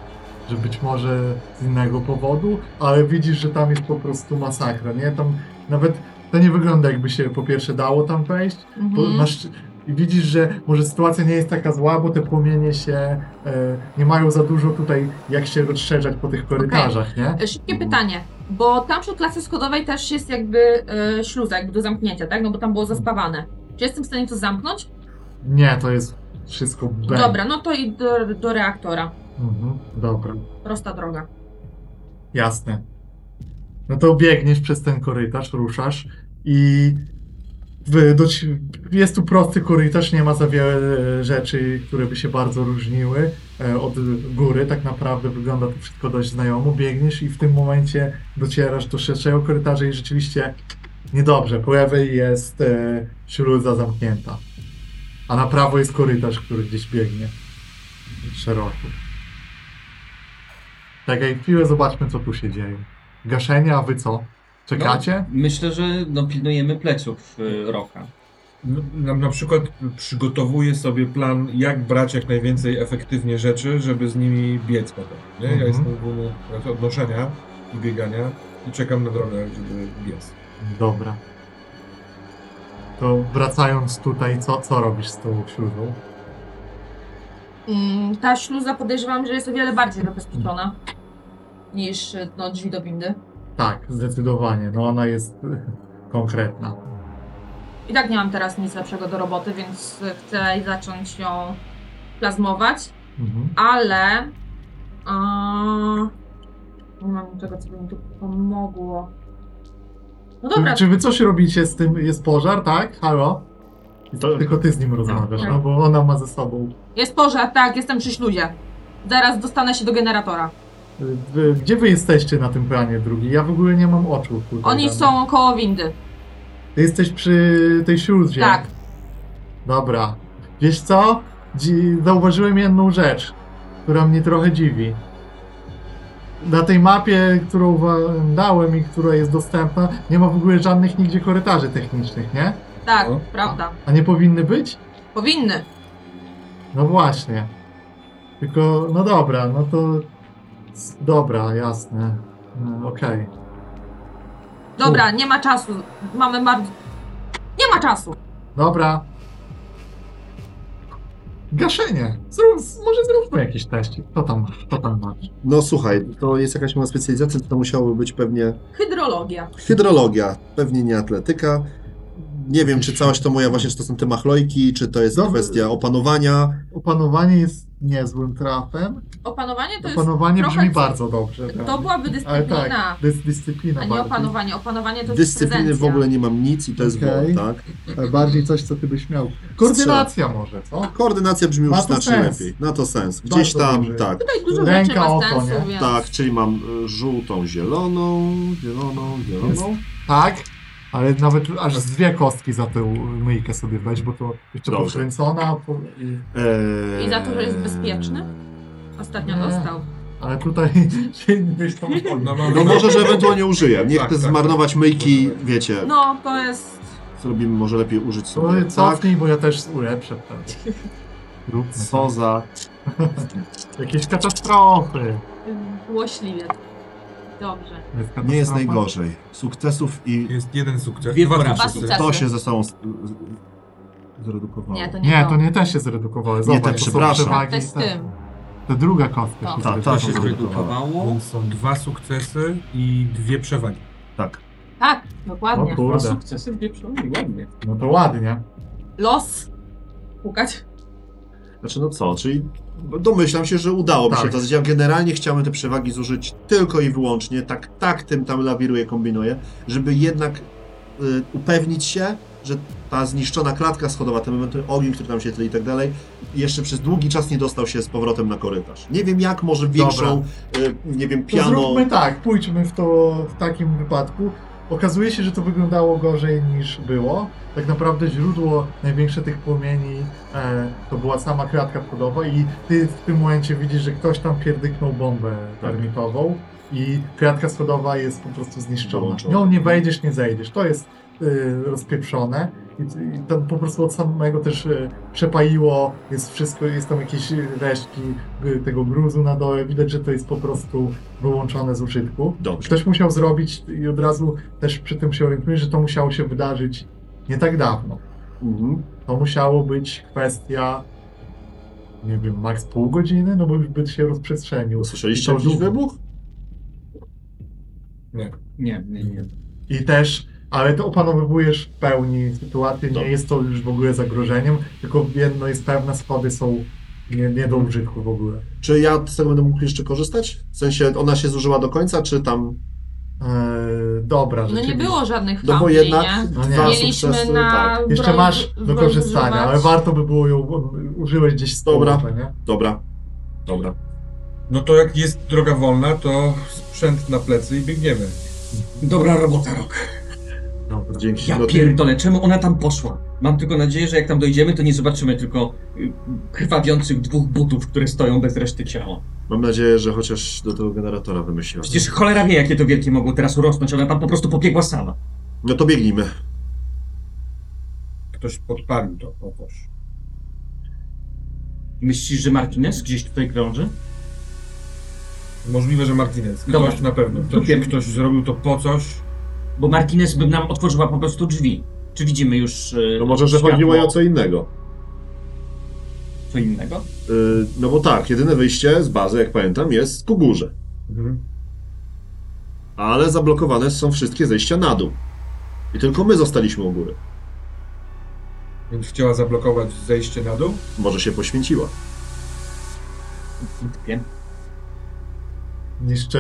że być może z innego powodu, ale widzisz, że tam jest po prostu masakra, nie? Tam nawet to nie wygląda jakby się po pierwsze dało tam wejść, bo
Mhm.
na szczy- i widzisz, że może sytuacja nie jest taka zła, bo te płomienie się e, nie mają za dużo tutaj jak się rozszerzać po tych korytarzach, nie?
E, Szybkie pytanie, bo tam przy klasy schodowej też jest jakby e, śluza, jakby do zamknięcia, tak? No bo tam było zaspawane. Czy jestem w stanie to zamknąć?
Nie, to jest wszystko bang.
Dobra, no to i do, do reaktora.
Mhm, dobra,
Prosta droga.
jasne. No to biegniesz przez ten korytarz, ruszasz i w- do, ci- jest tu prosty korytarz, nie ma za wiele e, rzeczy, które by się bardzo różniły e, od góry. Tak naprawdę wygląda to wszystko dość znajomo. Biegniesz i w tym momencie docierasz do szerszego korytarza i rzeczywiście niedobrze. Po lewej jest e, śluza zamknięta, a na prawo jest korytarz, który gdzieś biegnie szeroko. Czekaj chwilę, zobaczmy co tu się dzieje. Gaszenie, a wy co? Czekacie?
Myślę, że no, pilnujemy pleców y, Roka.
N- Na, na przykład przygotowuję sobie plan, jak brać jak najwięcej efektywnie rzeczy, żeby z nimi biec potem. Nie? Ja
Mhm.
jestem główny od odnoszenia i biegania i czekam na drogę, żeby biec.
Dobra. To wracając tutaj, co, co robisz z tą śluzą?
Mm, ta śluza podejrzewam, że jest o wiele bardziej zabezpieczona niż y, no, drzwi do windy.
Tak, zdecydowanie. No ona jest konkretna.
I tak nie mam teraz nic lepszego do roboty, więc y, chcę zacząć ją plazmować,
Mhm.
ale. A, nie mam niczego, co by mi tu pomogło. No dobra,
Czy wy coś robicie z tym? Jest pożar, tak? Halo?
To-
Tylko ty z nim rozmawiasz,
Tak.
no bo ona ma ze sobą.
jest pożar, tak, jestem przy śluzie. Zaraz dostanę się do generatora.
Wy- Gdzie wy jesteście na tym planie drugi? Ja w ogóle nie mam oczu. Tutaj
Oni
żadnych.
są koło windy.
Ty jesteś przy tej śluzie.
Tak.
Dobra. Wiesz co? Dzi- zauważyłem jedną rzecz, która mnie trochę dziwi. Na tej mapie, którą wam dałem i która jest dostępna, nie ma w ogóle żadnych nigdzie korytarzy technicznych, nie?
Tak,
No.
prawda.
A nie powinny być?
Powinny.
No właśnie. Tylko, no dobra, no to... s- Dobra, jasne. No, Okej.
Dobra, nie ma czasu. Mamy bardzo. Nie ma czasu.
Dobra. Gaszenie. Zrób, może zróbmy jakiś teścik. Co tam, co tam masz?
No słuchaj, to jest jakaś mała specjalizacja, to, to musiałoby być pewnie
Hydrologia.
hydrologia, pewnie nie atletyka. Nie wiem, czy całość to moja właśnie, czy to są te machlojki, czy to jest
Dobrze.
kwestia opanowania.
Opanowanie jest niezłym trafem.
Opanowanie to jest.
Opanowanie
trochę
brzmi
co-
bardzo dobrze.
To
prawda?
byłaby
Ale
dyscyplina,
tak, dys dyscyplina
a nie
bardziej.
opanowanie. Opanowanie to jest
Dyscypliny w
prezencja.
ogóle nie mam nic i to jest
Okej.
błąd, tak?
E, Bardziej coś, co ty byś miał. Koordynacja może, co?
Koordynacja brzmi
Ma
już
to
znacznie
sens.
lepiej. Na to sens.
Bardzo
Gdzieś tam,
dobrze.
tak.
Tutaj No dużo
Ręka,
rzeczy ma
oko,
sensu,
nie?
więc...
Tak, czyli mam y, żółtą, zieloną, zieloną, zieloną.
Tak, ale nawet aż z dwie kostki za tę myjkę sobie weź, bo to jeszcze
Dobrze.
pokręcona, po, i,
Eee...
I za to, że jest bezpieczny? Ostatnio
Nie.
dostał.
ale tutaj się nie wiesz, co
No, mam-
No może, że ewentualnie użyję. Nie
Tak,
chcę
tak.
zmarnować myjki, wiecie.
No, to jest...
Zrobimy, może lepiej użyć sobie.
to
Tak?
cofnij, bo ja też ulepszę ten. Róbmy
Co za...
Jakieś katastrofy.
Głośliwie. Dobrze.
Jest
Nie jest
katastrofa?
najgorzej. Sukcesów i
Jest jeden sukces.
Dwie
Dwa
porażki.
Dwa
to
Sukcesy.
się ze sobą z- z- zredukowało.
Nie, to nie,
Nie,
to.
to nie te się zredukowały. Zobacz,
te,
to są
tak, przepraszam.
przewagi,
To jest
tak.
tym.
To druga kostka
To.
się
Ta- ta
zredukowało.
się
Zredukowało.
Więc są dwa sukcesy i dwie przewagi.
Tak.
Tak,
O
dokładnie.
Dwa
No kurde,
sukcesy wieprzowi, ładnie.
no to ładnie.
Los. Pukać.
Znaczy no co, czyli domyślam się, że udało mi się
Tak.
to. Ja generalnie chciałem te przewagi zużyć tylko i wyłącznie, tak, tak tym tam lawiruję, kombinuję, żeby jednak y, upewnić się, że ta zniszczona klatka schodowa, ten moment, ten ogień, który tam się tli i tak dalej, jeszcze przez długi czas nie dostał się z powrotem na korytarz. Nie wiem jak, może większą, y, nie wiem,
To
pianą.
zróbmy tak, pójdźmy w to w takim wypadku. Okazuje się, że to wyglądało gorzej niż było. Tak naprawdę źródło największe tych płomieni e, to była sama kratka wchodowa i ty w tym momencie widzisz, że ktoś tam pierdyknął bombę termitową i kratka schodowa jest po prostu zniszczona.
Wyłączona.
Nią nie wejdziesz, nie zejdziesz. To jest y, rozpieprzone i, i tam po prostu od samego też y, przepaliło, jest wszystko, jest tam jakieś y, resztki y, tego gruzu na dole. Widać, że to jest po prostu wyłączone z użytku.
Dobrze.
Ktoś musiał zrobić i od razu też przy tym się orientuję, że to musiało się wydarzyć nie tak dawno.
Mhm.
To musiało być kwestia, nie wiem, maks pół godziny, no bo już by się rozprzestrzenił.
Usłyszeliście
I to
jakiś
długo.
wybuch?
Nie, nie, nie.
I też, ale to opanowywujesz w pełni sytuację, nie
Dobrze.
jest to już w ogóle zagrożeniem, tylko jedno jest pewne, schody są nie, nie do użytku w ogóle.
Czy ja z tego będę mógł jeszcze korzystać? W sensie ona się zużyła do końca, czy tam.
Eee, dobra,
No nie
rzeczywiście.
było żadnych
No bo
handli,
jednak
nie?
No nie.
dwa
Mieliśmy
sukcesy.
na
Tak.
broń-
Jeszcze masz do
broń
korzystania, ale
używać.
warto by było ją um, używać gdzieś z
Dobra.
powrotem, nie?
Dobra. Dobra.
No to jak jest droga wolna, to sprzęt na plecy i biegniemy.
Dobra robota, Rok.
Dobra.
Dzięki.
Ja
No,
pierdolę, czemu ona tam poszła? Mam tylko nadzieję, że jak tam dojdziemy, to nie zobaczymy tylko y, krwawiących dwóch butów, które stoją bez reszty ciała.
mam nadzieję, że chociaż do tego generatora wymyśliłem.
Przecież cholera wie, jakie to wielkie mogło teraz urosnąć, ale tam po prostu pobiegła sama.
No to biegnijmy.
Ktoś podpalił to, oposz.
Myślisz, że Martinez gdzieś tutaj krąży?
Możliwe, że Martinez. Ktoś
Dobra.
na pewno.
Kupię.
Ktoś, ktoś zrobił to po coś.
Bo Martinez by nam otworzyła po prostu drzwi. Czy widzimy już y,
No może, że
światło?
chodziło o co innego.
co innego?
Yy, no bo tak, jedyne wyjście z bazy, jak pamiętam, jest ku górze.
Mhm.
Ale zablokowane są wszystkie zejścia na dół. I tylko my zostaliśmy u góry.
Więc chciała zablokować zejście na dół.
Może się poświęciła.
Wiem.
Jeszcze,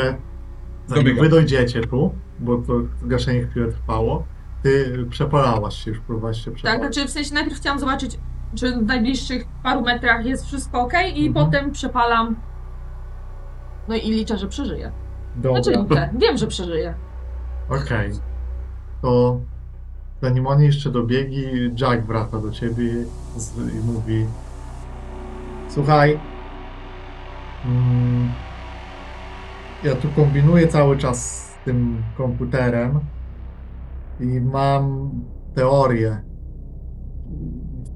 zanim
Dobiegam.
wy dojdziecie tu, bo to zgaszenie chwilę trwało, ty przepalałaś się już, próbowałaś się
Tak,
przepalać.
znaczy w sensie najpierw chciałam zobaczyć, czy w najbliższych paru metrach jest wszystko ok i
Mhm.
potem przepalam. No i liczę, że przeżyję.
Dobra,
Znaczy
okej.
liczę, wiem, że przeżyję.
To zanim oni jeszcze dobiegli, Jack wraca do ciebie z, i mówi Słuchaj, mm, ja tu kombinuję cały czas z tym komputerem i mam teorię.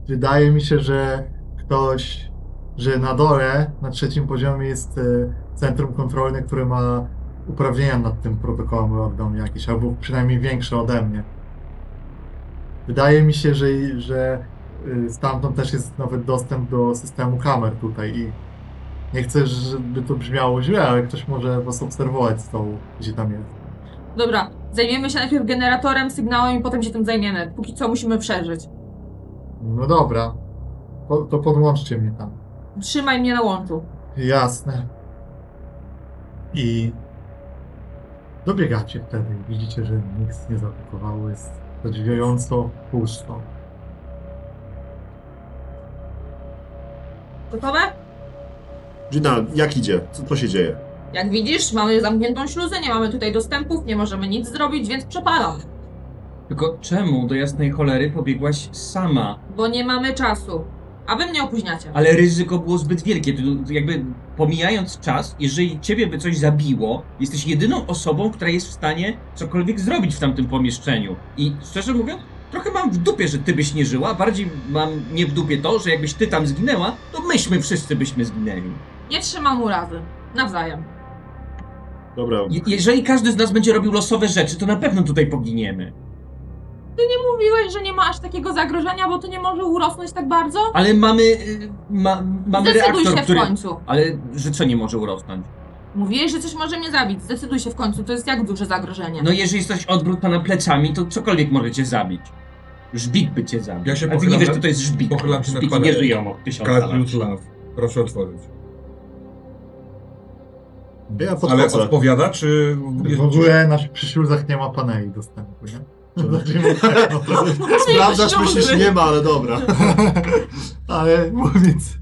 Wydaje mi się, że ktoś, że na dole, na trzecim poziomie jest e, centrum kontrolne, które ma uprawnienia nad tym protokołem lockdown jakieś, albo przynajmniej większe ode mnie. Wydaje mi się, że, że y, stamtąd też jest nawet dostęp do systemu kamer tutaj i nie chcę, żeby to brzmiało źle, ale ktoś może was obserwować z dołu, gdzie tam jest.
Dobra, zajmiemy się najpierw generatorem, sygnałem i potem się tym zajmiemy. Póki co musimy przeżyć.
No dobra, po, to podłączcie mnie tam.
Trzymaj mnie na łączu.
Jasne. I dobiegacie wtedy. Widzicie, że nic nie zaatakowało. Jest zadziwiająco pusto.
Gotowe?
Gina, jak idzie? Co to się dzieje?
Jak widzisz, mamy zamkniętą śluzę, nie mamy tutaj dostępów, nie możemy nic zrobić, więc przepalam.
Tylko czemu do jasnej cholery pobiegłaś sama?
Bo nie mamy czasu. A wy mnie opóźniacie.
Ale ryzyko było zbyt wielkie. Ty, tu jakby pomijając czas, jeżeli ciebie by coś zabiło, jesteś jedyną osobą, która jest w stanie cokolwiek zrobić w tamtym pomieszczeniu. I szczerze mówiąc, trochę mam w dupie, że ty byś nie żyła. Bardziej mam nie w dupie to, że jakbyś ty tam zginęła, to myśmy wszyscy byśmy zginęli.
Nie trzymam urazy. Nawzajem.
Dobra,
Je jeżeli każdy z nas będzie robił losowe rzeczy, to na pewno tutaj poginiemy.
Mówiłeś, że nie ma aż takiego zagrożenia, bo to nie może urosnąć tak bardzo?
Ale mamy. y, Ma, mamy
Zdecyduj
reaktor,
się
który.
w końcu.
Ale że co nie może urosnąć?
Mówiłeś, że coś może mnie zabić. Zdecyduj się w końcu, to jest jak duże zagrożenie.
No jeżeli jesteś odwrócona plecami, to cokolwiek może cię zabić. Żbik by cię zabił.
Ja się
A ty nie
pochylam
wiesz,
na-
co to jest żbik.
pochylam się na
Żbiki nie
kwadracie.
żyją od tysiąca lat.
Cardius Love. Proszę otworzyć.
ja
Ale
podchodzę.
odpowiada, czy...
W ogóle na, przy śluzach nie ma paneli dostępu, nie?
znaczy,
Zacznijmy od tego.
No,
Sprawdzasz,
Śluzy.
myślisz, nie ma, ale dobra.
Ale mówiąc,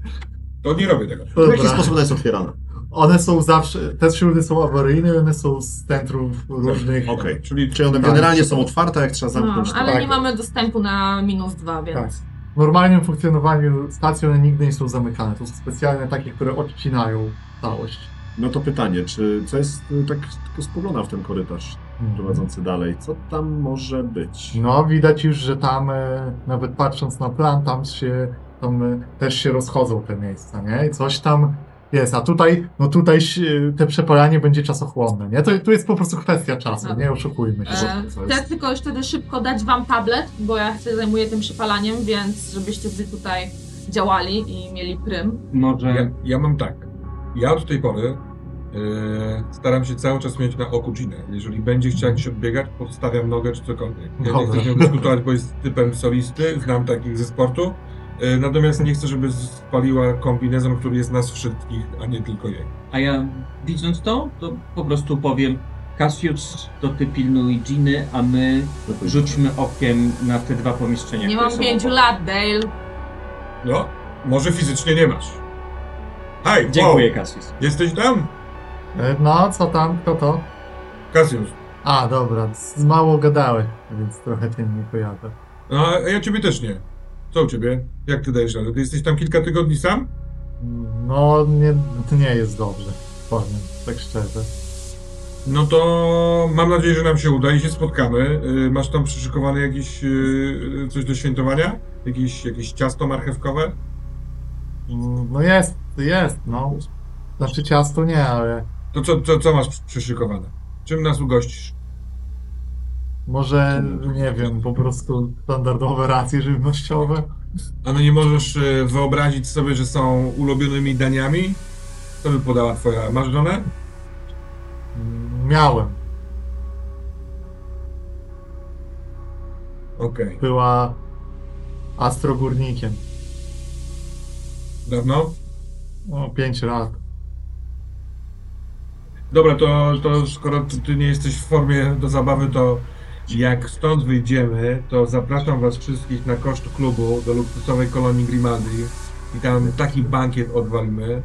To nie robię tego.
W jaki
dobra.
sposób ona jest otwierana?
One są zawsze, te śluzy są awaryjne, one są z centrów różnych.
Okej.
Czyli
Czyli one
Tak.
generalnie są otwarte, jak trzeba
no,
zamknąć. to-
ale
tak.
nie mamy dostępu na minus dwa, więc...
Tak. W normalnym funkcjonowaniu stacji one nigdy nie są zamykane. To są specjalne takie, które odcinają całość.
No to pytanie, czy co jest, y, tak tylko spoglądam w ten korytarz prowadzący dalej, co tam może być?
No, widać już, że tam, e, nawet patrząc na plan, tam się, tam e, też się rozchodzą te miejsca, nie? I coś tam jest, a tutaj, no tutaj się- te przepalanie będzie czasochłonne, nie? To, tu jest po prostu kwestia czasu, nie oszukujmy się.
E,
że to
Chcę
jest.
tylko jeszcze wtedy szybko dać wam tablet, bo ja się zajmuję tym przypalaniem, więc żebyście wy tutaj działali i mieli prym.
Może.
Ja, ja mam tak. Ja od tej pory e, staram się cały czas mieć na oku Ginę. Jeżeli będzie chciała gdzieś odbiegać, podstawiam nogę czy cokolwiek. Ja nie chcę
Dobra.
z nią dyskutować, bo jest typem solisty, znam takich ze sportu. E, Natomiast nie chcę, żeby spaliła kombinezon, który jest nas wszystkich, a nie tylko jej.
A ja widząc to, to po prostu powiem Cassius, to ty pilnuj Giny, a my
No to-
rzućmy okiem na te dwa pomieszczenia.
Nie
które
mam
są
pięciu
obok.
lat, Dale.
No, może fizycznie nie masz. Hej,
Dziękuję,
Wow,
Cassius.
jesteś tam?
E, No, co tam? Kto to?
Kasiusz.
A, dobra, z mało gadały, więc trochę tym nie kojarzę.
No, a ja ciebie też nie. Co u ciebie? Jak ty dajesz radę? Ty jesteś tam kilka tygodni sam?
No, nie, nie jest dobrze, powiem, tak szczerze.
No to mam nadzieję, że nam się uda i się spotkamy. Y, Masz tam przyszykowane jakieś y, coś do świętowania? Jakieś, jakieś ciasto marchewkowe?
Mm, No jest, jest, no. Znaczy ciasto nie, ale
To co, co, co masz przyszykowane? Czym nas ugościsz?
może, nie wiem, po prostu standardowe racje żywnościowe.
A no nie możesz y, wyobrazić sobie, że są ulubionymi daniami? Co by podała twoja? Masz żonę?
Mm, Miałem.
Okej.
Była astrogórnikiem.
Dawno?
No, pięć lat.
Dobra, to, to skoro ty, ty nie jesteś w formie do zabawy, to jak stąd wyjdziemy, to zapraszam was wszystkich na koszt klubu do luksusowej kolonii Grimaldi i tam taki bankiet odwalimy.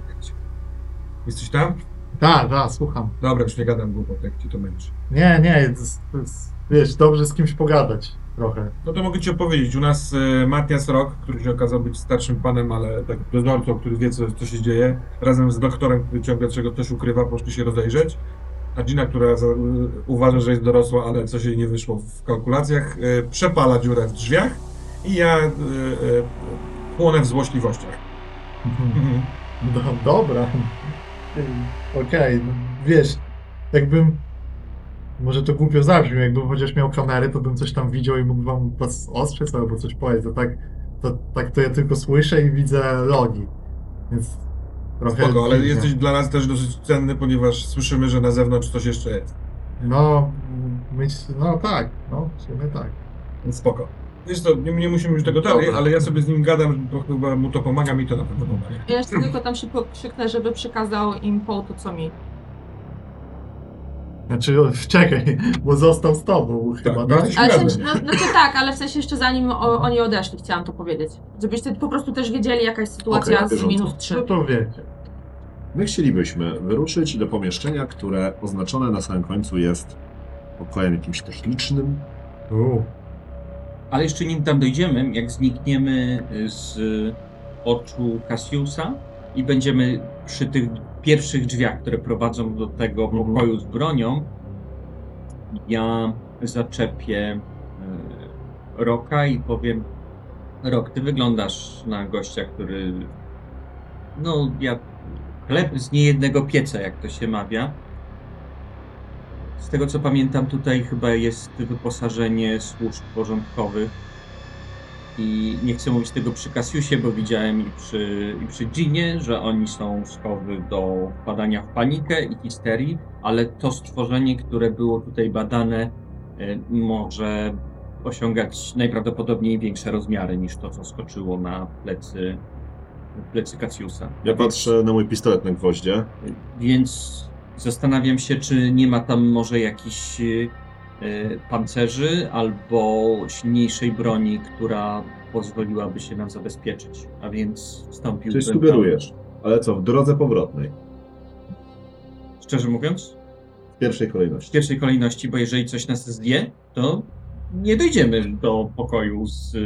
Jesteś tam?
Tak, tak, słucham.
Dobra, już nie gadam głupot, jak ci to męczy.
Nie, nie, z, z, wiesz, dobrze z kimś pogadać trochę.
No to mogę ci opowiedzieć. U nas e, Matias Rock, który się okazał być starszym panem, ale tak dozorcą, który wie, co, co się dzieje, razem z doktorem, który ciągle czego coś ukrywa, poszli się rozejrzeć. A Gina, która za, e, uważa, że jest dorosła, ale coś jej nie wyszło w kalkulacjach, e, przepala dziurę w drzwiach i ja e, e, płonę w złośliwościach.
Do, No dobra. Ej, Okej, no, wiesz, jakbym. Może to głupio zabrzmi, jakbym chociaż miał kamery, to bym coś tam widział i mógł wam was ostrzec albo coś powiedzieć. To tak, to, tak to ja tylko słyszę i widzę logi. Więc trochę.
No Spoko, ale
dziwnie.
jesteś dla nas też dosyć cenny, ponieważ słyszymy, że na zewnątrz coś jeszcze jest.
No, myśl, no tak, no, w sumie tak.
Więc Spoko. Wiesz co, nie, nie musimy już tego dalej,
Dobra.
ale ja sobie z nim gadam, bo chyba mu to pomaga, mi to na pewno pomaga.
Ja jeszcze tylko tam szybko krzyknę, żeby przekazał im po to, co mi.
Znaczy, o, czekaj, bo został z tobą chyba,
no
tak?
jesteś
Ale w
razem.
sensie, no, znaczy tak, ale w sensie jeszcze zanim o, oni odeszli, chciałam to powiedzieć. Żebyście po prostu też wiedzieli, jaka jest sytuacja
Okej, na
z
bieżąco.
minus
No
3.
to wiecie.
My chcielibyśmy wyruszyć do pomieszczenia, które oznaczone na samym końcu jest pokojem jakimś technicznym.
U,
Ale jeszcze nim tam dojdziemy, jak znikniemy y, z oczu Cassiusa i będziemy przy tych pierwszych drzwiach, które prowadzą do tego pokoju z bronią, ja zaczepię e, Roka i powiem Rok, ty wyglądasz na gościa, który no jak chleb z niejednego pieca, jak to się mawia. Z tego co pamiętam, tutaj chyba jest wyposażenie służb porządkowych. I nie chcę mówić tego przy Kasiusie, bo widziałem i przy, i przy Ginie, że oni są skowy do wpadania w panikę i histerii, ale to stworzenie, które było tutaj badane, y, może osiągać najprawdopodobniej większe rozmiary niż to, co skoczyło na plecy, plecy Kasiusa.
Ja patrzę na mój pistolet na gwoździe.
Więc zastanawiam się, czy nie ma tam może jakichś e, pancerzy albo silniejszej broni, która pozwoliłaby się nam zabezpieczyć. A więc wstąpiłbym.
Czyli sugerujesz. Ale co, w drodze powrotnej.
Tam, szczerze mówiąc,
W pierwszej
w
kolejności.
pierwszej kolejności, bo jeżeli coś nas zdje, to nie dojdziemy do pokoju z, e,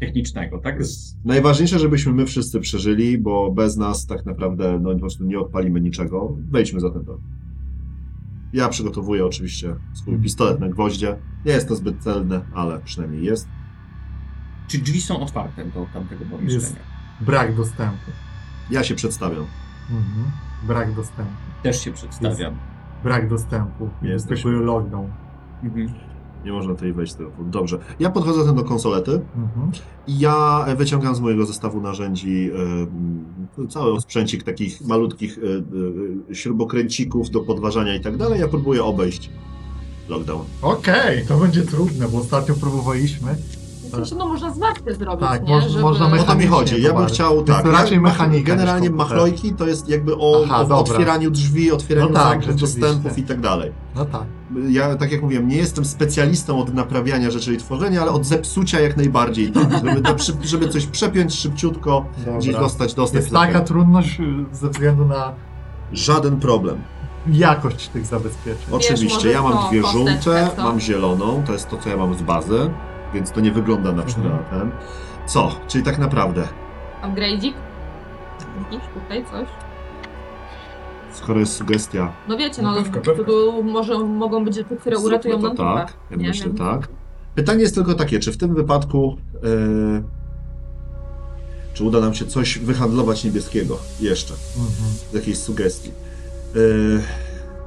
technicznego, tak? Z,
Najważniejsze, żebyśmy my wszyscy przeżyli, bo bez nas tak naprawdę no, po prostu nie odpalimy niczego. Wejdźmy zatem do. Ja przygotowuję oczywiście swój pistolet na gwoździe. Nie jest to zbyt celne, ale przynajmniej jest.
czy drzwi są otwarte do tamtego pomieszczenia?
Jest. brak dostępu.
Ja się przedstawiam.
Mhm. Brak dostępu.
Też się przedstawiam.
Brak dostępu.
Jesteś.
Zwykły lockdown.
Mhm.
Nie można tutaj wejść z telefonu. Dobrze. Ja podchodzę zatem do konsolety.
Mhm.
I Ja wyciągam z mojego zestawu narzędzi y, cały sprzęcik takich malutkich y, y, śrubokręcików do podważania i tak dalej. Ja próbuję obejść lockdown.
Okej, to będzie trudne, bo ostatnio próbowaliśmy
W sensie, no można zwarcie zrobić,
Tak,
nie?
moż- można
O to mi
mechanicznie
chodzi. Ja bym
bardziej.
chciał
Więc
tak.
raczej
ja,
mechanika
Generalnie
niż komputer.
machlojki to jest jakby o,
Aha,
o
dobra.
otwieraniu drzwi, otwieraniu
No tak,
zamków,
rzeczywiście.
dostępów i tak dalej.
No tak.
Ja, tak jak mówiłem, nie jestem specjalistą od naprawiania rzeczy i tworzenia, ale od zepsucia jak najbardziej. Tak, żeby, to przy, żeby coś przepiąć szybciutko, gdzieś
Dobra.
dostać dostęp.
Jest
do
taka
tego.
trudność y, ze względu na
Żaden problem.
jakość tych zabezpieczeń.
Oczywiście,
może
ja mam
to
dwie
kosteczkę,
żółte,
co?
mam zieloną, to jest to, co ja mam z bazy, więc to nie wygląda na przykład
Mhm.
na ten. Co? Czyli tak naprawdę,
Upgrade'ik? Jakiś tutaj coś?
skoro jest sugestia,
No wiecie,
No
no,
pewka, pewka.
tu może, mogą być te, które uratują
zróbmy
nam
to
dupę.
tak, ja
nie?
myślę
Więc-
tak. Pytanie jest tylko takie, czy w tym wypadku, yy, czy uda nam się coś wyhandlować niebieskiego jeszcze,
Mhm.
z jakiejś sugestii. Yy,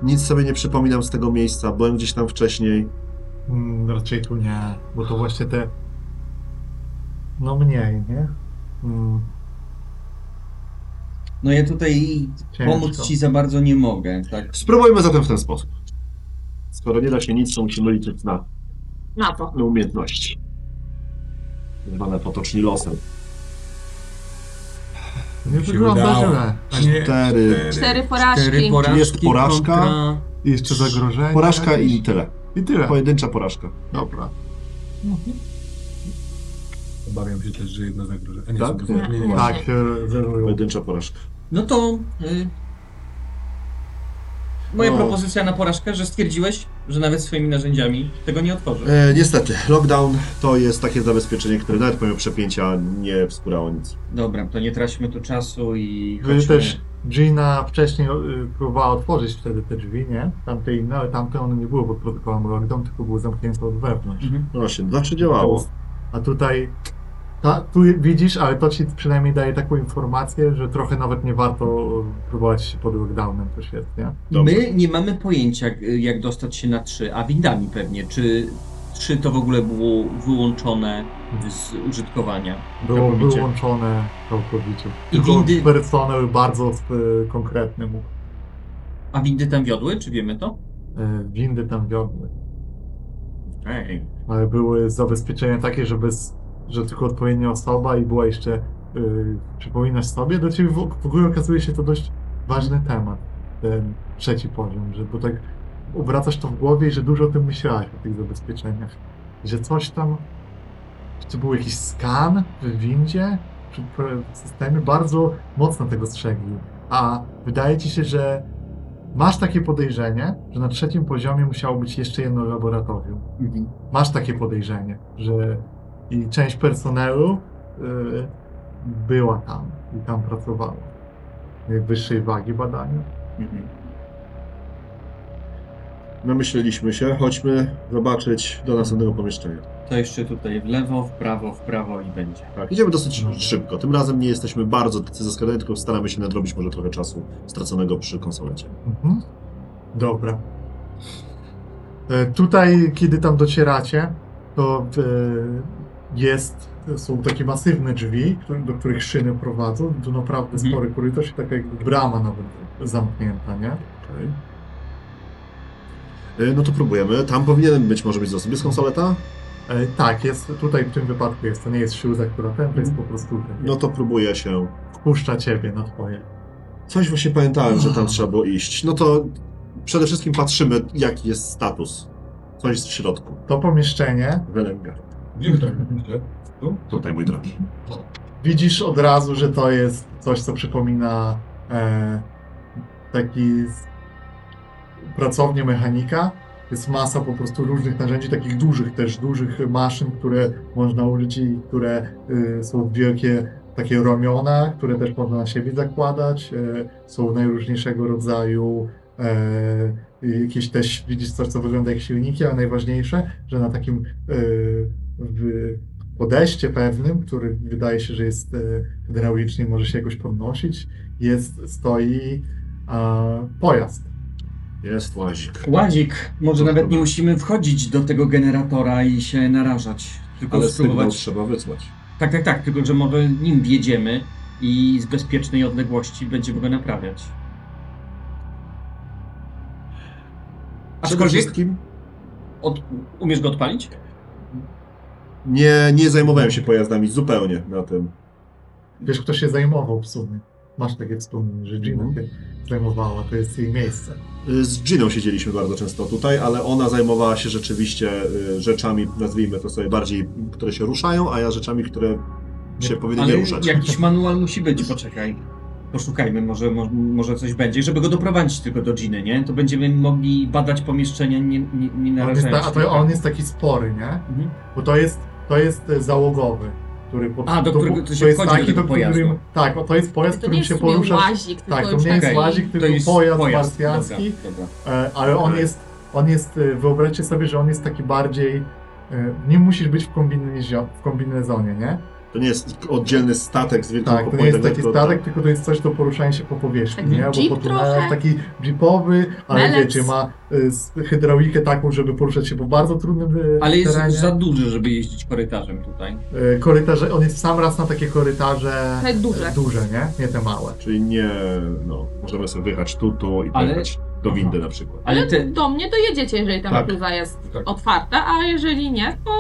nic sobie nie przypominam z tego miejsca, byłem gdzieś tam wcześniej.
Mm, Raczej tu nie, bo to właśnie te. No mniej, nie? Mm,
No ja tutaj
Ciężko.
pomóc ci za bardzo nie mogę, tak?
Spróbujmy zatem w ten sposób. Skoro nie da się nic, to musimy liczyć na
Na to.
na umiejętności. Zwane potocznie losem.
Nie
się
wygląda
udało.
źle.
Cztery.
Cztery.
Cztery porażki.
Cztery porażki
Jest porażka.
kontra-
Jeszcze zagrożenie.
Porażka i tyle.
I tyle.
Pojedyncza porażka.
Dobra.
Obawiam się też, że jedno zagrożenie. A nie,
Tak?
są dwa. nie, nie, nie.
Tak, się zerują.
Pojedyncza porażka.
No to... Y... Moja
No.
propozycja na porażkę, że stwierdziłeś, że nawet swoimi narzędziami tego nie otworzę.
E, niestety, lockdown to jest takie zabezpieczenie, które nawet pomimo przepięcia nie wskórało nic.
Dobra, to nie traćmy tu czasu i
Wy
chodźmy.
No też Gina wcześniej y, próbowała otworzyć wtedy te drzwi, nie? Tamte inne, ale tamte one nie były pod protokołem lockdown, tylko były zamknięte od wewnątrz.
Mhm.
No Właśnie, zawsze działało.
A tutaj, ta, tu widzisz, ale to ci przynajmniej daje taką informację, że trochę nawet nie warto y, próbować się pod lockdownem też jest, nie?
Dobra.
My nie mamy pojęcia, g- jak dostać się na 3, a windami pewnie. Czy 3 to w ogóle było wyłączone z użytkowania?
Było
Całkowicie.
wyłączone całkowicie.
I
Tylko
windy-
personel bardzo y, konkretny mógł.
A windy tam wiodły, czy wiemy to?
y, Windy tam wiodły.
Ej.
ale były zabezpieczenia takie, że, bez, że tylko odpowiednia osoba i była jeszcze, yy, przypominasz sobie, dla ciebie w, w ogóle okazuje się to dość ważny temat, ten trzeci poziom, że bo tak obracasz to w głowie i że dużo o tym myślałaś, o tych zabezpieczeniach, że coś tam, czy był jakiś skan w windzie, czy pr- w systemie, bardzo mocno tego strzegli, a wydaje ci się, że masz takie podejrzenie, że na trzecim poziomie musiało być jeszcze jedno laboratorium
Mhm.
masz takie podejrzenie, że i część personelu y, była tam i tam pracowała. Wyższej wagi badania.
Mhm.
Namyśleliśmy się, chodźmy zobaczyć do następnego pomieszczenia.
To jeszcze tutaj w lewo, w prawo, w prawo i będzie.
Tak, idziemy dosyć szybko. Tym razem nie jesteśmy bardzo tacy zaskoczeni, tylko staramy się nadrobić może trochę czasu straconego przy konsolecie.
Mhm. Dobra. E, Tutaj, kiedy tam docieracie, to e, jest, są takie masywne drzwi, które- do których szyny prowadzą, tu naprawdę
Mhm.
spory korytarz i taka jakby brama nawet zamknięta, nie?
Okej. E, No to próbujemy. Tam powinien być może być zasób. Jest konsoleta?
E, Tak, jest, tutaj w tym wypadku jest, to nie jest siłza, która ten, to jest po prostu
No to próbuję się
wpuszcza ciebie na twoje.
Coś właśnie pamiętałem, że tam trzeba było iść. No to przede wszystkim patrzymy, jaki jest status. Coś jest w środku.
To pomieszczenie
Welęga.
Gdzie wy tak robicie? Tu?
Tutaj, mój drogi.
widzisz od razu, że to jest coś, co przypomina e, taki z... pracownię mechanika. Jest masa po prostu różnych narzędzi, takich dużych też, dużych maszyn, które można użyć i które y, są wielkie takie ramiona, które też można na siebie zakładać. Y, są najróżniejszego rodzaju e, jakieś też, widzisz coś, co wygląda jak silniki, ale najważniejsze, że na takim y, w, podejście pewnym, który wydaje się, że jest e, hydrauliczny i może się jakoś podnosić, jest, stoi e, pojazd.
Jest łazik.
Łazik, może
No
nawet nie musimy wchodzić do tego generatora i się narażać. Tylko
Ale sygnał
spróbować.
trzeba wysłać.
Tak, tak, tak, tylko że może nim wjedziemy i z bezpiecznej odległości będziemy go naprawiać.
Przede
Aczkolwiek
wszystkim
od, umiesz go odpalić?
Nie, nie zajmowałem
Zajmowałem
się
się pojazdami zupełnie na tym.
Wiesz, kto się zajmował w sumie. Masz takie wspomnienie, że Gina
Mhm.
się zajmowała, to jest jej miejsce.
Y, Z Giną siedzieliśmy bardzo często tutaj, ale ona zajmowała się rzeczywiście y, rzeczami, nazwijmy to sobie bardziej, które się ruszają, a ja rzeczami, które
No,
się powinny nie
Ale
ruszać.
jakiś manual musi być, poczekaj. Poszukajmy, może, mo- może coś będzie, żeby go doprowadzić tylko do Giny, nie? To będziemy mogli badać pomieszczenia, nie, nie, nie
On jest,
narażając
ta, a to on jest taki spory, nie?
Mhm.
Bo to jest, to jest e, załogowy, który... Po,
A, do
to,
którego
to
się
jest
wchodzi do tego pojazdu.
którym, Tak, o, to jest pojazd,
To nie
którym
jest
się
w sumie
porusza.
łazik, tylko
Tak, to
już
nie jest
taki-
łazik,
To
tylko
jest
pojazd,
pojazd. Dobra,
partiacki.
dobra.
E, ale on
Okej.
jest, on jest, e, wyobraźcie sobie, że on jest taki bardziej, e, nie musisz być w, kombinezio- w kombinezonie, nie?
To nie jest oddzielny statek z wielkim
Tak, to nie
pokładem,
jest taki
tylko-
statek, tylko to jest coś, to poruszanie się po powierzchni,
Taki
nie?
jeep
Bo po tunelach
trochę.
taki jeepowy, ale
Melec.
wiecie, ma y, s- hydraulikę taką, żeby poruszać się po bardzo trudnym y,
Ale jest
terenie.
za duży, żeby jeździć korytarzem tutaj.
Y, Korytarze, on jest w sam raz na takie korytarze
Te duże.
y, duże nie? Nie te małe.
Czyli nie, no, możemy sobie wyjechać tu, tu i
Ale-
pojechać do windy na przykład.
Ale te,
Do mnie dojedziecie, jeżeli ta
Tak.
matuza jest
Tak.
otwarta, a jeżeli nie, to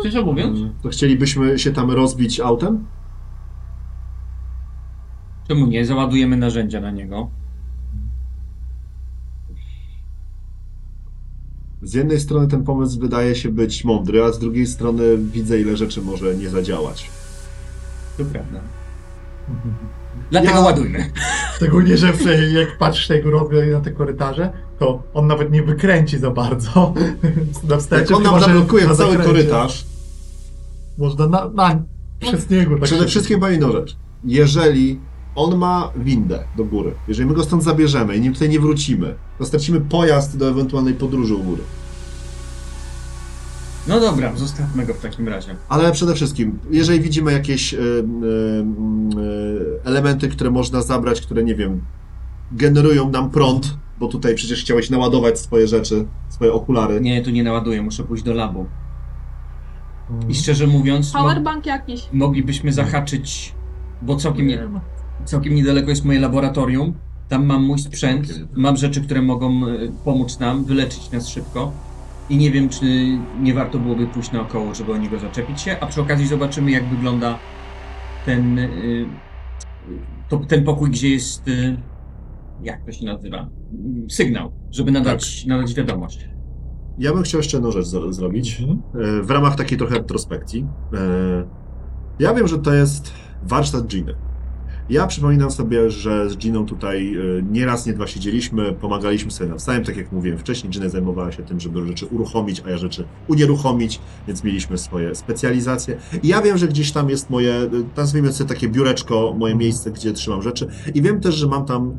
szczerze mówiąc,
Mm.
To chcielibyśmy się tam rozbić autem?
czemu nie? Załadujemy narzędzia na niego.
Z jednej strony ten pomysł wydaje się być mądry, a z drugiej strony widzę ile rzeczy może nie zadziałać.
To prawda. Dlatego
Ja-
ładujmy.
Szczególnie, że w- jak patrzysz na jego rozmiar i na te korytarze, to on nawet nie wykręci za bardzo na wstecz.
Jak Tak, on nam
Tak, chyba, że
zablokuje
na
cały
zakręcie. Tak
korytarz,
Można na, na przez niego. Tak
przede
szybko.
wszystkim powiem jedną rzecz. Jeżeli on ma windę do góry, jeżeli my go stąd zabierzemy i nim tutaj nie wrócimy, to stracimy pojazd do ewentualnej podróży u góry.
No dobra, zostawmy go w takim razie.
Ale przede wszystkim, jeżeli widzimy jakieś em, em, elementy, które można zabrać, które nie wiem, generują nam prąd, bo tutaj przecież chciałeś naładować swoje rzeczy, swoje okulary.
Nie, tu nie naładuję, muszę pójść do labu. I szczerze mówiąc, mo-
powerbank jakiś.
moglibyśmy zahaczyć, bo całkiem, nie,
Nie ma.
całkiem niedaleko jest moje laboratorium. Tam mam mój sprzęt, mam rzeczy, które mogą e, pomóc nam, wyleczyć nas szybko. I nie wiem, czy nie warto byłoby pójść naokoło, żeby o niego zaczepić się, a przy okazji zobaczymy, jak wygląda ten, e, to, ten pokój, gdzie jest, e, jak to się nazywa, sygnał, żeby nadać,
Tak.
nadać wiadomość.
Ja bym chciał jeszcze jedną rzecz zro- zrobić. e, w ramach takiej trochę retrospekcji. E, Ja wiem, że to jest warsztat Giny. Ja przypominam sobie, że z Giną tutaj e, nie raz, nie dwa siedzieliśmy, pomagaliśmy sobie nawzajem, tak jak mówiłem wcześniej, Gina zajmowała się tym, żeby rzeczy uruchomić, a ja rzeczy unieruchomić, więc mieliśmy swoje specjalizacje. I ja wiem, że gdzieś tam jest moje, e, nazwijmy sobie takie biureczko, moje miejsce, gdzie trzymam rzeczy i wiem też, że mam tam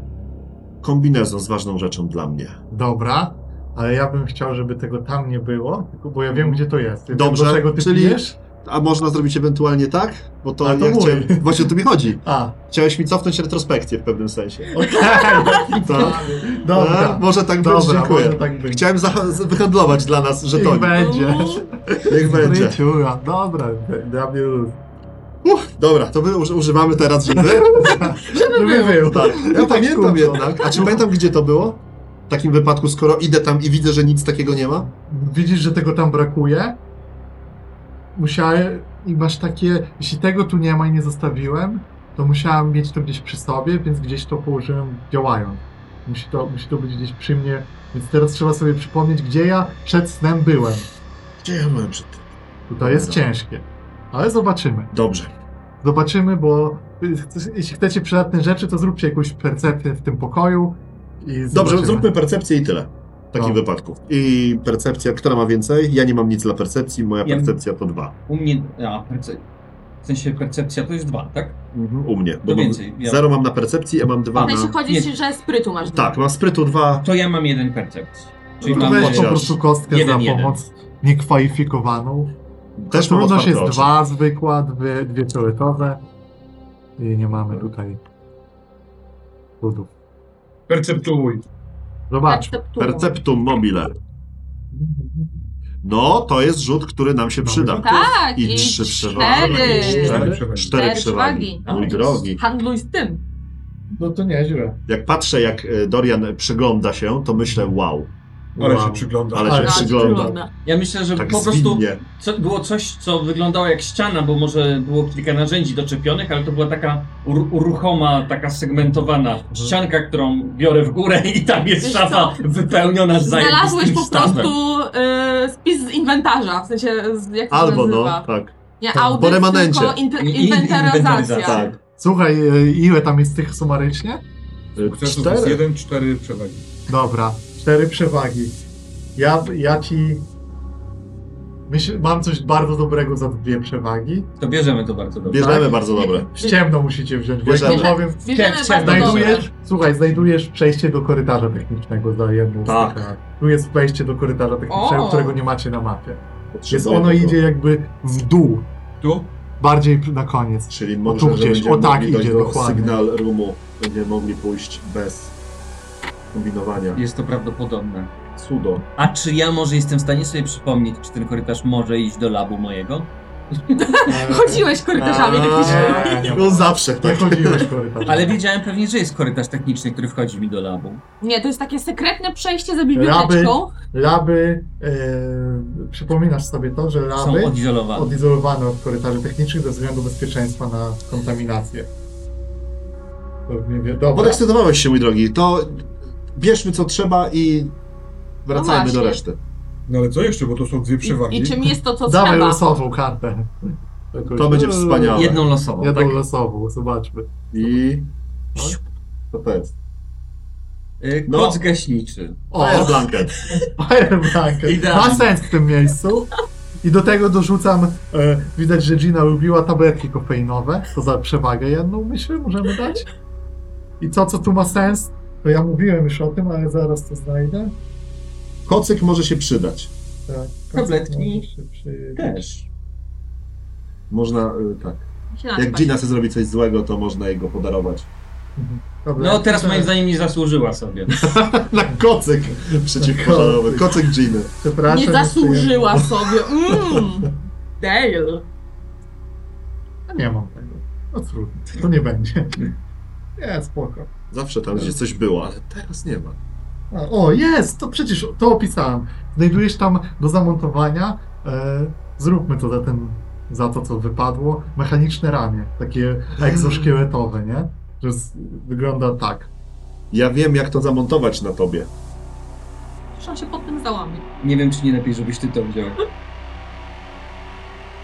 kombinezon z ważną rzeczą dla mnie.
Dobra, ale ja bym chciał, żeby tego tam nie było, tylko bo ja wiem, gdzie to jest. Ja
Dobrze,
wiem, do czego ty
czyli-
pijesz?
A można zrobić ewentualnie tak? Bo to,
A to
ja
mój.
chciałem... Właśnie o to mi chodzi.
A,
Chciałeś mi cofnąć retrospekcję w pewnym sensie.
okej.
Tak.
Dobra,
E, Może tak być,
dobra,
dziękuję.
może tak być.
Chciałem za- z- wyhandlować dla nas
Niech
żetoni.
Mm,
będzie.
Niech będzie.
Ryciura, dobra, dla mnie luz.
Uff, dobra, to my uży- używamy teraz, żeby...
Żeby był.
Tak. Ja
Tak,
pamiętam
kurczę.
jednak. A czy pamiętam, gdzie to było? W takim wypadku, skoro idę tam i widzę, że nic takiego nie ma?
Widzisz, że tego tam brakuje? Musiałem i masz takie, jeśli tego tu nie ma i nie zostawiłem, to musiałem mieć to gdzieś przy sobie, więc gdzieś to położyłem działając. Musi to, musi to być gdzieś przy mnie, więc teraz trzeba sobie przypomnieć, gdzie ja przed snem byłem.
Gdzie ja byłem przy tym?
To jest
Dobra.
ciężkie, ale zobaczymy.
Dobrze.
Zobaczymy, bo y, chcesz- jeśli chcecie przydatne rzeczy, to zróbcie jakąś percepcję w tym pokoju i
Dobrze,
zobaczymy.
zróbmy percepcję i tyle. W takim
No.
wypadku. I percepcja, która ma więcej? Ja nie mam nic dla percepcji, moja
Ja-
percepcja to dwa.
U mnie, a, perce, w sensie percepcja to jest dwa, tak?
Mhm.
U mnie. Bo
To
mam,
więcej, ja-
Zero mam na percepcji, a mam dwa
W sensie
na...
chodzi,
nie.
że sprytu masz dużo.
Tak, mam sprytu dwa.
To ja mam jeden percepcji. Czyli
No
To
Mam
weź po
chociaż
prostu kostkę
jeden,
za
jeden.
pomoc niekwalifikowaną.
Też mam
Trudność
otwarte
jest
oczy.
dwa zwykła, dwie, dwie fioletowe. I nie
Tak.
mamy tutaj cudów.
Perceptuj.
Zobacz.
Perceptum mobile. No, to jest rzut, który nam się
Mamy
przyda.
rzut.
Tak,
I
i
trzy przewagi.
cztery.
Cztery przewagi.
Cztery, cztery
Cztery
przewagi.
przewagi.
Mój
Nice.
drogi.
Handluj z tym.
No to nieźle.
Jak patrzę, jak e, Dorian przygląda się, to myślę, wow.
Ale
Wow.
się przygląda.
Ale
Ale
się
się
przygląda.
Ja myślę, że
Tak
po prostu
zwinnie.
co, było coś, co wyglądało jak ściana, bo może było kilka narzędzi doczepionych, ale to była taka ur- ruchoma, taka segmentowana ścianka, którą biorę w górę i tam jest
Wiesz
szafa wypełniona
Znalazłeś
zajebistym
po
stawem.
prostu y, spis z inwentarza, w sensie z, jak to
Albo
się
no,
nazywa.
tak.
Nie
Po
audyt,
remanencie.
tylko inter-
In- in-
inwentaryzacja.
inwentaryzacja.
Tak.
Słuchaj, e, ile tam jest tych sumarycznie?
Y,
Sukcesów jest
Cztery.
jeden, cztery przewagi.
Dobra, cztery przewagi. Ja, ja ci. Myśl, mam coś bardzo dobrego za dwie przewagi.
To bierzemy to bardzo dobrze.
Tak.
Bierzemy bardzo dobre.
W ciemno musicie wziąć, bo
Bierzemy. No
jak wam powiem,
Bierzemy
Chciałem-
bardzo dobrze.
znajdujesz, słuchaj, znajdujesz przejście do korytarza technicznego za jedną z
Tak.
tych kart. Tu jest wejście do korytarza technicznego,
O.
którego nie macie na mapie. Więc
Potrzebujemy
ono
tego.
idzie jakby w dół,
Tu?
bardziej na koniec.
Czyli
tu
może, że
gdzieś,
będziemy
o tak
mogli dojść
idzie,
do
dokładnie.
sygnal rumu. Będziemy mogli pójść bez kombinowania.
Jest to prawdopodobne.
Cudo.
A czy ja może jestem w stanie sobie przypomnieć, czy ten korytarz może iść do labu mojego?
Tak,
Chodziłeś korytarzami technicznymi.
Nie, nie,
No zawsze
nie
tak.
chodziłeś korytarzem.
Ale wiedziałem pewnie, że jest korytarz techniczny, który wchodzi mi do labu.
Nie, to jest takie sekretne przejście za biblioteczką.
Laby, e, przypominasz sobie to, że laby
Są odizolowane.
odizolowano w korytarzu technicznych ze względu bezpieczeństwa na kontaminację. To nie wiem, dobra.
Podekscytowałeś tak się, mój drogi. To bierzmy co trzeba i wracajmy do
właśnie.
reszty.
No ale co jeszcze, bo to są dwie przewagi.
I, I czym jest to, co
Dawaj
trzeba?
losową kartę. Jakoś-
To będzie wspaniałe.
Jedną losową,
Jedną
tak?
losową, zobaczmy.
I... Co No, to jest?
Y,
No.
Koc gaśniczy.
O,
Fire Blanket.
Fire Blanket.
Idealnie.
Ma sens w tym miejscu. I do tego dorzucam, e, widać, że Gina lubiła tabletki kofeinowe, to za przewagę jedną, myślę, możemy dać. I to, co tu ma sens, to ja mówiłem już o tym, ale zaraz to znajdę.
Kocyk może się przydać.
Tak,
Tabletki. Tak.
Się przy...
Też.
Można, y, tak.
Się
Jak
nazywa.
Gina chce zrobić coś złego, to można jej go podarować.
Tabletki,
No teraz
tak.
moim zdaniem nie zasłużyła sobie.
Na kocyk przeciwpożarowy. Kocyk Giny.
Przepraszam,
Nie
jeszcze
zasłużyła sobie. Mm. Dale.
Ja... Nie mam tego. No trudno, to nie będzie. Nie, spoko.
Zawsze tam gdzie coś było, ale teraz nie ma.
A, o, jest! To przecież to opisałem. Znajdujesz tam do zamontowania. E, zróbmy to za ten, za to, co wypadło. Mechaniczne ramię, takie egzoszkieletowe, nie? Że z, wygląda tak.
Ja wiem, jak to zamontować na tobie.
Trzeba się pod tym załamie.
Nie wiem, czy nie lepiej, żebyś ty to wziął.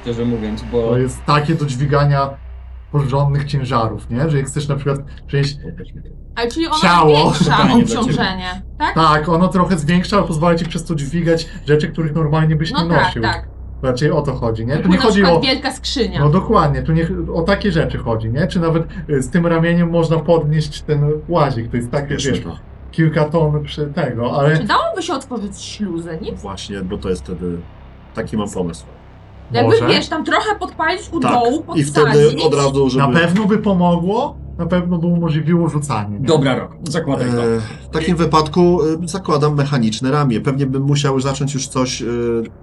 Szczerze mówiąc, bo...
To jest takie do dźwigania porządnych ciężarów, nie? Że jak chcesz na przykład przenieść
Ale czyli ona
Ciało.
zwiększa
Pytanie dla
obciążenie, tak?
Tak, ono trochę zwiększa, ale pozwala ci przez to dźwigać rzeczy, których normalnie byś
No
nie
tak,
nosił.
tak.
Raczej o to chodzi, nie? Tu
Na
nie chodzi
przykład
o.
wielka skrzynia.
No dokładnie, tu nie, o takie rzeczy chodzi, nie? Czy nawet y, z tym ramieniem można podnieść ten łazik. To jest takie,
Bierzmy
wiesz,
to.
kilka ton przy tego,
Czy
ale.
dałoby się otworzyć śluzę, nie?
Właśnie, bo to jest wtedy... Taki mam pomysł.
Jakby
Może.
wiesz, tam trochę podpalić u
Tak.
dołu,
I
podsadzić.
wtedy od razu, żeby...
Na pewno by pomogło, na pewno by umożliwiło rzucanie. Nie?
Dobra, Rok, zakładaj to.
E, W takim wypadku e, zakładam mechaniczne ramię. Pewnie bym musiał zacząć już coś. e,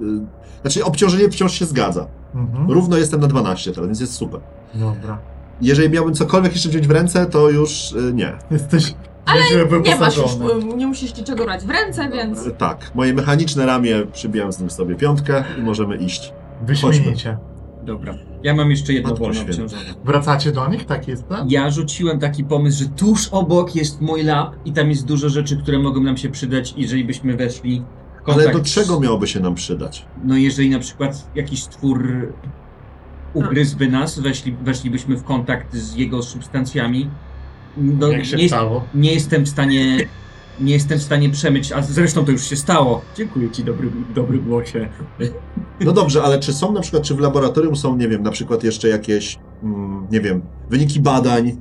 e, Znaczy, obciążenie wciąż się zgadza.
Mhm.
Równo jestem na 12 teraz, więc jest super.
Dobra.
Jeżeli miałbym cokolwiek jeszcze wziąć w ręce, to już e, nie.
Jesteś
Ale
nieźle
Nie masz już,
wyposażony.
y, nie musisz niczego brać w ręce, więc...
E, Tak, moje mechaniczne ramię przybijam z nim sobie piątkę i możemy iść.
Wyśmienicie.
Dobra. Ja mam jeszcze jedno
Matko
wolne
święta.
obciążenie.
Wracacie do nich? Tak jest plan?
Ja rzuciłem taki pomysł, że tuż obok jest mój lab i tam jest dużo rzeczy, które mogą nam się przydać, jeżeli byśmy weszli w kontakt.
Ale do czego
z-
miałoby się nam przydać?
No jeżeli na przykład jakiś twór ugryzłby nas, weszli, weszlibyśmy w kontakt z jego substancjami, no,
Jak się
nie,
stało?
nie jestem w stanie... Nie jestem w stanie przemyć, a zresztą to już się stało. Dziękuję ci, dobry, dobry głosie.
No dobrze, ale czy są na przykład, czy w laboratorium są, nie wiem, na przykład jeszcze jakieś, mm, nie wiem, wyniki badań,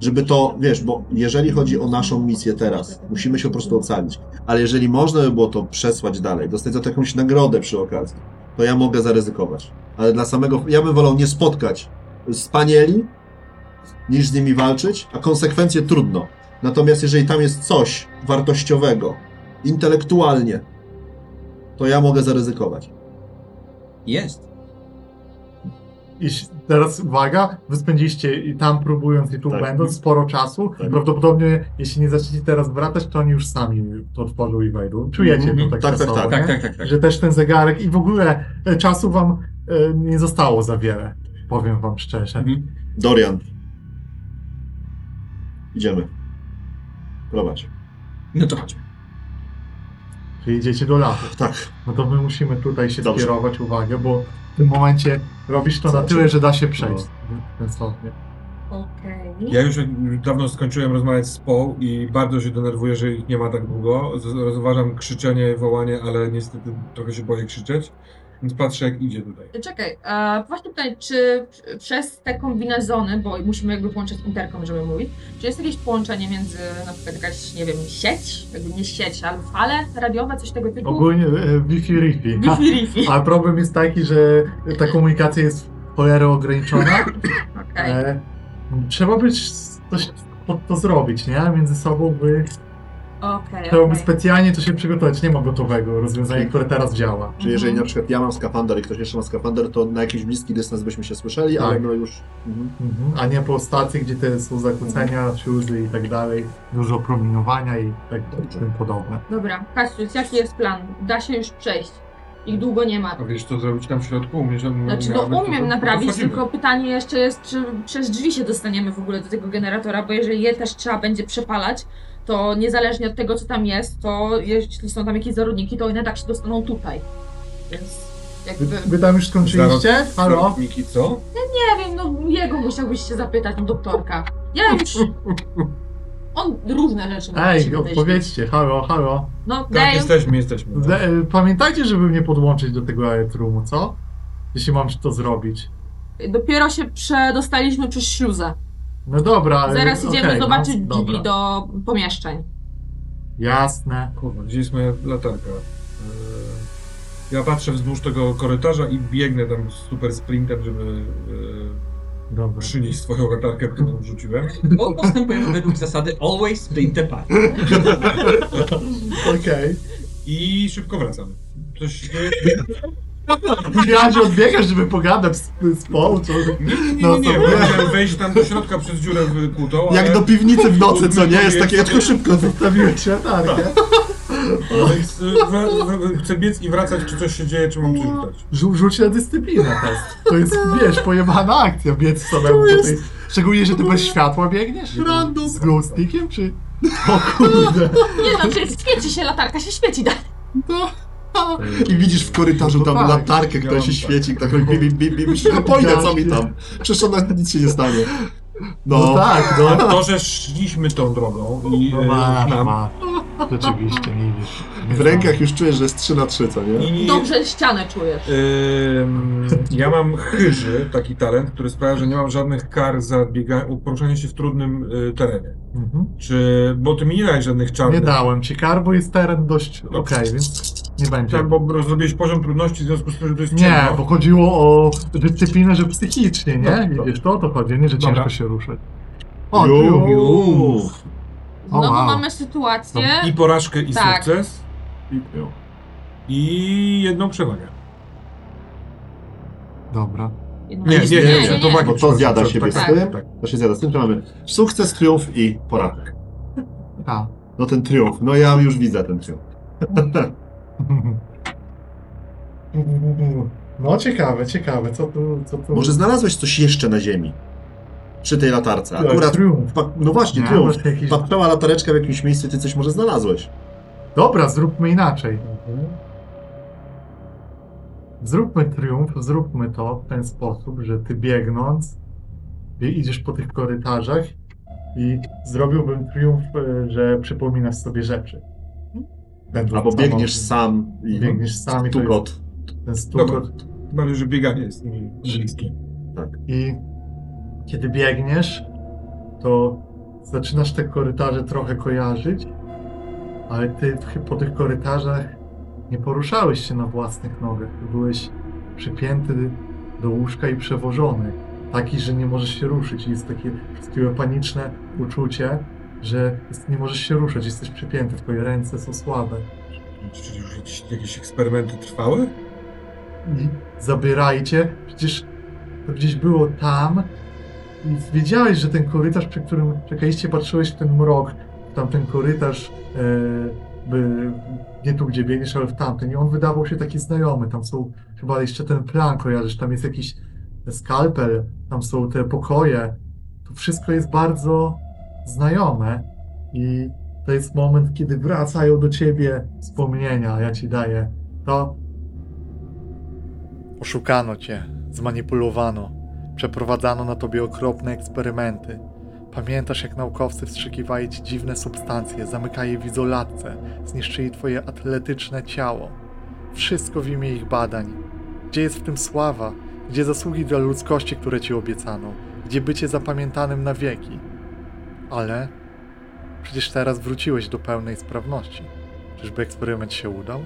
żeby to, wiesz, bo jeżeli chodzi o naszą misję teraz, musimy się po prostu ocalić, ale jeżeli można by było to przesłać dalej, dostać za to jakąś nagrodę przy okazji, to ja mogę zaryzykować. Ale dla samego, ja bym wolał nie spotkać z panieli, niż z nimi walczyć, a konsekwencje trudno. Natomiast jeżeli tam jest coś wartościowego, intelektualnie, to ja mogę zaryzykować.
Jest.
I ś- teraz uwaga, wy spędziliście i tam próbując i tu
Tak.
będąc sporo czasu.
Tak.
Prawdopodobnie jeśli nie zaczniecie teraz wracać, to oni już sami to otworzą i wejdą. Czujecie
Mhm.
to tak
Tak, tak,
czasowo,
tak.
nie?
Tak, tak, tak, tak.
Że też ten zegarek i w ogóle e, czasu wam e, nie zostało za wiele. Powiem wam szczerze.
Mhm.
Dorian. Idziemy. Prowadź.
No to chodźmy.
Czyli idziecie do lasu.
Tak.
No to my musimy tutaj się
Dobrze.
skierować uwagę, bo w tym momencie robisz to na
Znaczy-
tyle, że da się przejść. Sensownie.
Okej.
Ja już dawno skończyłem rozmawiać z Paul i bardzo się denerwuję, że ich nie ma tak długo. Z- Rozważam krzyczenie, wołanie, ale niestety trochę się boję krzyczeć. Więc patrzę jak idzie tutaj.
Czekaj, a właśnie pytanie, czy p- przez te kombinezony, bo musimy jakby połączyć interkom, żeby mówić, czy jest jakieś połączenie między na przykład jakaś, nie wiem, sieć, jakby nie sieć, ale fale radiowe, coś tego typu?
Ogólnie e, Wi-Fi Rifi.
Wi-Fi.
A problem jest taki, że ta komunikacja jest w cholerę ograniczona.
Okej.
E, trzeba być coś pod to zrobić, nie? Między sobą by.
Okej,
Trzeba by
okej.
specjalnie to się przygotować. Nie ma gotowego rozwiązania, które teraz działa.
Czyli jeżeli na przykład ja mam skafander i ktoś jeszcze ma skafander, to na jakiś bliski dystans byśmy się słyszeli, ale
Tak.
no już... Mhm.
Mhm. A nie po stacji, gdzie te są zakłócenia, fiuzy i tak dalej. Dużo promieniowania i tak tym podobne.
Dobra, Kasius, jaki jest plan? Da się już przejść. Ich długo nie ma.
A wiesz co zrobić tam w środku? Umiesz tam
Znaczy, no
nawet-
umiem
to- to
naprawić,
wchodzimy.
tylko pytanie jeszcze jest, czy przez drzwi się dostaniemy w ogóle do tego generatora, bo jeżeli je też trzeba będzie przepalać, to niezależnie od tego, co tam jest, to jeśli są tam jakieś zarodniki, to one tak się dostaną tutaj. Więc jakby...
Wy, wy tam już skończyliście? Halo?
Zarodniki, co? Tak,
Nie wiem, no jego musiałbyś się zapytać, no doktorka. Ja już... On różne rzeczy może się
Ej,
domyślić.
odpowiedzcie, halo, halo.
No,
Tak,
daj,
jesteśmy, jesteśmy.
De, e, pamiętajcie, żeby mnie podłączyć do tego aetroomu, co? Jeśli mam to zrobić.
dopiero się przedostaliśmy przez śluzę.
No dobra, ale.
Zaraz idziemy
okej, no,
zobaczyć
dobra.
drzwi do pomieszczeń.
Jasne.
Kurwa, gdzie jest moja latarka? Yy, Ja patrzę wzdłuż tego korytarza i biegnę tam super sprintem, żeby yy,
Dobra.
przynieść swoją latarkę, którą rzuciłem.
Bo postępujemy według zasady always sprint the path.
Okej.
I szybko wracam. Coś e, się dzieje?
Myślałem, że odbiegasz, żeby pogadać z, z Paul, co?
Nie, nie, nie,
No
nie, nie.
to-
bo ja Chciałem wejść tam do środka przez dziurę w kłótą, ale...
Jak do piwnicy w nocy, co nie? Jest takie, ja tylko szybko
Zostawiłeś tak, latarkę.
ale chcę, wr- chcę biec i wracać, czy coś się dzieje, czy mam coś
No.
rzucać.
Rzu- Rzuć na dyscyplinę test. To jest, wiesz, pojebana akcja, biec samemu
To
tutaj.
jest-
Szczególnie, że ty bez światła biegniesz?
Random.
Z glowstickiem, czy? O kurde.
Nie no, przecież świeci się, latarka się świeci. dalej.
To...
I widzisz w korytarzu tam
No tak,
latarkę, która
miałem
się świeci, tak robi bim, bim, bim, bim. Pojdę, co mi tam? Przecież ona nic się nie stanie.
No,
No,
tak,
A
no.
to, że szliśmy tą drogą i
No
e,
masz,
nam...
masz. Rzeczywiście, nie wiesz.
w rękach już czujesz, że jest 3 na 3, co nie?
I,
Dobrze ścianę czujesz.
Ym, ja mam chyży, taki talent, który sprawia, że nie mam żadnych kar za biega- poruszanie się w trudnym y, terenie.
Mhm.
Czy, bo ty mi nie dałeś żadnych
Nie
czarnych.
dałem ci kar, bo jest teren dość okej, więc nie będzie.
Tak, bo zrobiłeś poziom trudności w związku z tym, że to jest
Nie,
ciemno.
bo chodziło o dyscyplinę, że psychicznie, nie?
Dobra.
Widzisz, to o to chodzi, nie, że
Dobra.
ciężko się ruszać. O,
Ju.
tył.
Juuu.
Znowu
wow.
No mamy sytuację.
I porażkę, i
Tak.
sukces, i jedną przewagę.
Dobra.
Nie, nie, nie, nie, to wagi.
Bo to zjada siebie
tak,
z
tak,
tym,
tak.
to się zjada z tym, to mamy sukces, triumf i porażek.
A.
No ten triumf, no ja już widzę ten triumf.
No ciekawe, ciekawe, co tu, co tu...
Może znalazłeś coś jeszcze na ziemi? Przy tej latarce,
Tak,
akurat...
triumf.
pa- No właśnie,
Nie,
triumf.
właśnie jakiś...
Patrzyła latareczka w jakimś miejscu, ty coś może znalazłeś.
Dobra, zróbmy inaczej.
Mhm.
Zróbmy triumf, zróbmy to w ten sposób, że ty biegnąc, i- idziesz po tych korytarzach i zrobiłbym triumf, e, że przypominasz sobie rzeczy. Będąc
Albo
samotny.
biegniesz No, sam i
Biegniesz sam i to jest
tukot.
ten stukot.
Dobra. Tym Bardziej, że bieganie jest mi bliskie.
I kiedy biegniesz, to zaczynasz te korytarze trochę kojarzyć, ale ty w- po tych korytarzach nie poruszałeś się na własnych nogach. Ty Byłeś przypięty do łóżka i przewożony. Taki, że nie możesz się ruszyć. I Jest takie wszystkiego paniczne uczucie, że jest, nie możesz się ruszać, jesteś przypięty, twoje ręce są słabe.
Czy już jakieś, jakieś eksperymenty trwały?
i zabierajcie. Przecież to gdzieś było tam i wiedziałeś, że ten korytarz, przy którym czekaliście, patrzyłeś w ten mrok, w tamten korytarz, e, by, nie tu, gdzie biegniesz, ale w tamten i on wydawał się taki znajomy, tam są chyba jeszcze ten plan, kojarzysz, tam jest jakiś skalpel, tam są te pokoje, to wszystko jest bardzo znajome i to jest moment, kiedy wracają do ciebie wspomnienia, ja ci daję to. Oszukano cię, zmanipulowano, przeprowadzano na tobie okropne eksperymenty. Pamiętasz, jak naukowcy wstrzykiwali ci dziwne substancje, zamykali w izolatce, zniszczyli twoje atletyczne ciało. Wszystko w imię ich badań. Gdzie jest w tym sława? Gdzie zasługi dla ludzkości, które ci obiecano? Gdzie bycie zapamiętanym na wieki? Ale przecież teraz wróciłeś do pełnej sprawności. Czyżby eksperyment się udał?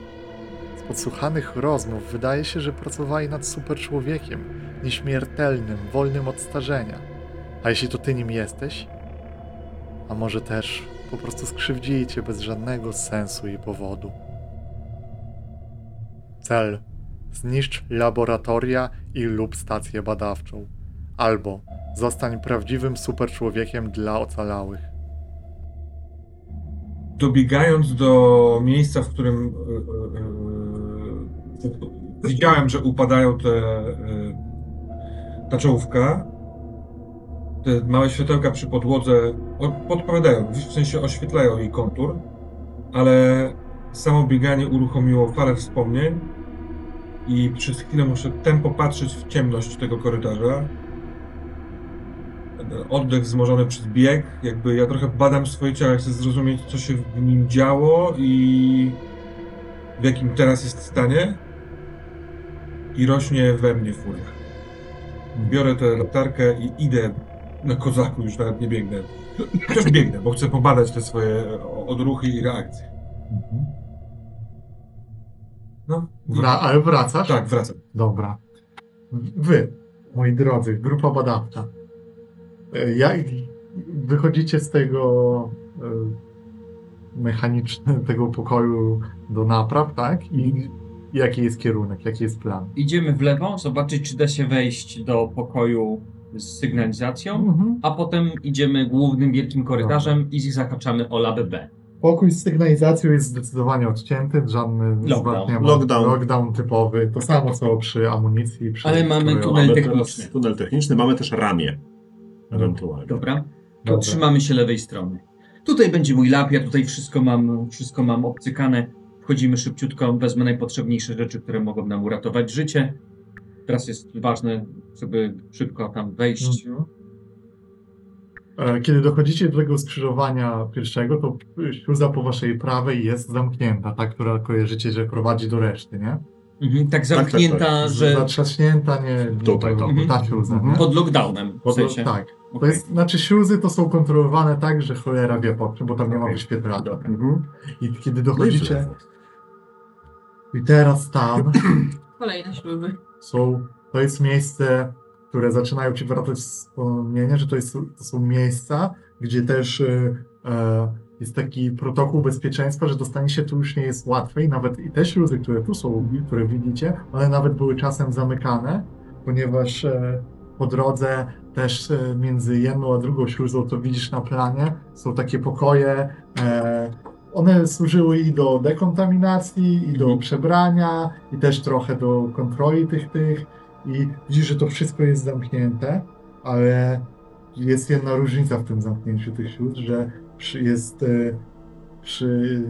Z podsłuchanych rozmów wydaje się, że pracowali nad superczłowiekiem, nieśmiertelnym, wolnym od starzenia. A jeśli to ty nim jesteś? A może też po prostu skrzywdzili cię bez żadnego sensu i powodu. Cel. Zniszcz laboratoria i lub stację badawczą. Albo zostań prawdziwym superczłowiekiem dla ocalałych.
dobiegając do miejsca, w którym e, e, e, widziałem, że upadają te e, ta czołówka, te małe światełka przy podłodze o- podpowiadają, w sensie oświetlają jej kontur, ale samo bieganie uruchomiło parę wspomnień i przez chwilę muszę tempo patrzeć w ciemność tego korytarza. Ten oddech wzmożony przez bieg, jakby ja trochę badam swoje ciało, chcę zrozumieć, co się w nim działo i w jakim teraz jest stanie. I rośnie we mnie furia. Biorę tę latarkę i idę na kozaku, już nawet nie biegnę. Też biegnę, bo chcę pobadać te swoje o- odruchy i reakcje. No,
Wra- ale wracasz?
tak, wracam.
Dobra. Wy, moi drodzy, grupa badawcza. e, Jak wychodzicie z tego e, mechanicznego tego pokoju do napraw, tak? I jaki jest kierunek, jaki jest plan?
Idziemy w lewo, zobaczyć, czy da się wejść do pokoju z sygnalizacją,
Mhm.
a potem idziemy głównym wielkim korytarzem i zahaczamy o labę B.
Pokój z sygnalizacją jest zdecydowanie odcięty, żadny
Lockdown.
zwartnia-
Lockdown.
lockdown typowy. To samo co przy amunicji. Przy
Ale mamy
zbrojowaniu.
tunel
Mamy
techniczny.
teraz tunel techniczny, mamy też ramię. Ewentualnie.
Dobra? To
Dobra.
trzymamy się lewej strony. Tutaj będzie mój lab, ja tutaj wszystko mam, wszystko mam obcykane. Wchodzimy szybciutko, wezmę najpotrzebniejsze rzeczy, które mogą nam uratować życie. Teraz jest ważne, żeby szybko tam wejść.
Mm. E, Kiedy dochodzicie do tego skrzyżowania pierwszego, to śluza po waszej prawej jest zamknięta, ta, która kojarzycie, że prowadzi do reszty, nie?
tak,
Mhm, tak
tak.
zamknięta, że
Zatrzaśnięta, nie
Tutaj, tak.
to,
mhm.
ta śluza, nie?
pod lockdownem. W
Pod-
sensie.
tak. To
Okej.
jest, znaczy śluzy to są kontrolowane tak, że cholera wie po czym, bo tam nie ma
Okej.
wyświetlacza.
Dobra.
Mhm. I kiedy
No i
dochodzicie,
tyle.
i teraz tam
Kolejne śluby.
są, to jest miejsce, które zaczynają ci wracać wspomnienia, że to, jest, to są miejsca, gdzie też y, e, jest taki protokół bezpieczeństwa, że dostanie się tu już nie jest łatwe i nawet i te śluzy, które tu są, które widzicie, one nawet były czasem zamykane, ponieważ e, po drodze też e, między jedną a drugą śluzą, to widzisz na planie, są takie pokoje, e, one służyły i do dekontaminacji, i do
Mhm.
przebrania, i też trochę do kontroli tych tych. I widzisz, że to wszystko jest zamknięte, ale jest jedna różnica w tym zamknięciu tych śluz, że przy, jest e, przy,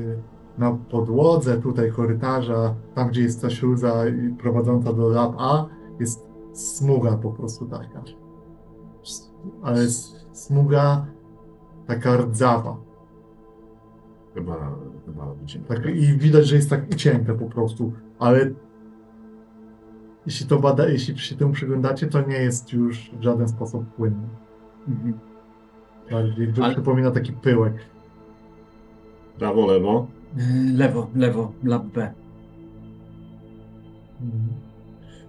na podłodze tutaj korytarza, tam gdzie jest ta śluza i prowadząca do lab A, jest smuga po prostu taka. S- Ale s- smuga taka rdzawa.
Chyba, chyba widzimy.
Tak, I widać, że jest tak ucięte po prostu, ale jeśli to bada, jeśli się temu przyglądacie, to nie jest już w żaden sposób płynny.
Mhm.
Bardziej
Ale-
przypomina taki pyłek.
Prawo, lewo.
Yy, Lewo, lewo, lab B.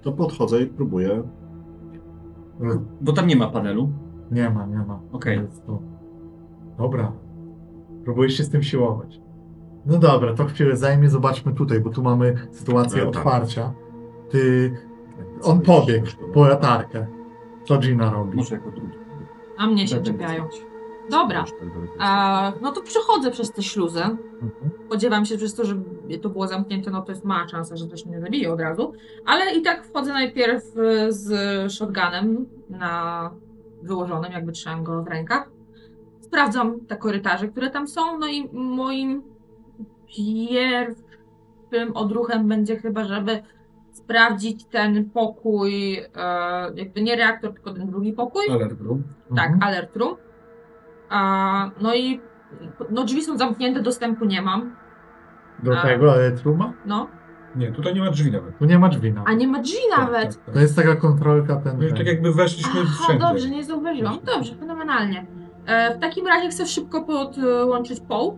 To podchodzę i próbuję.
Bo tam nie ma panelu.
Mm, Nie ma, nie ma.
Okej.
Jest to- Dobra. Próbujesz się z tym siłować. No dobra, to chwilę zajmie, zobaczmy tutaj, bo tu
No
mamy sytuację
E, tak.
otwarcia. Ty, On pobiegł po latarkę. Co Gina robi?
Może jako drugi.
A mnie się
Będę
czepiają.
widzieć.
Dobra,
Możesz tak dalej
a, no to przechodzę przez tę śluzę.
Mhm.
Spodziewam się przez to, że to było zamknięte, no to jest mała szansa, że ktoś mnie zabije od razu. Ale i tak wchodzę najpierw e, z shotgunem na wyłożonym, jakby trzymam go w rękach. Sprawdzam te korytarze, które tam są, no i moim pierwszym odruchem będzie chyba, żeby sprawdzić ten pokój, e, jakby nie reaktor, tylko ten drugi pokój.
Ale grup.
Tak,
Mhm.
alert room. A, no i no, drzwi są zamknięte, dostępu nie mam.
Do
a-
tego, ale truma?
No,
Nie, tutaj nie ma drzwi nawet.
Tu nie ma drzwi na.
a nie ma drzwi nawet.
Tak, tak,
To
tak.
jest taka kontrolka ten.
No i
ten.
tak jakby weszliśmy
Aha,
wszędzie.
dobrze, nie zauważyłam. Dobrze, fenomenalnie. E, w takim razie chcę szybko podłączyć Paul.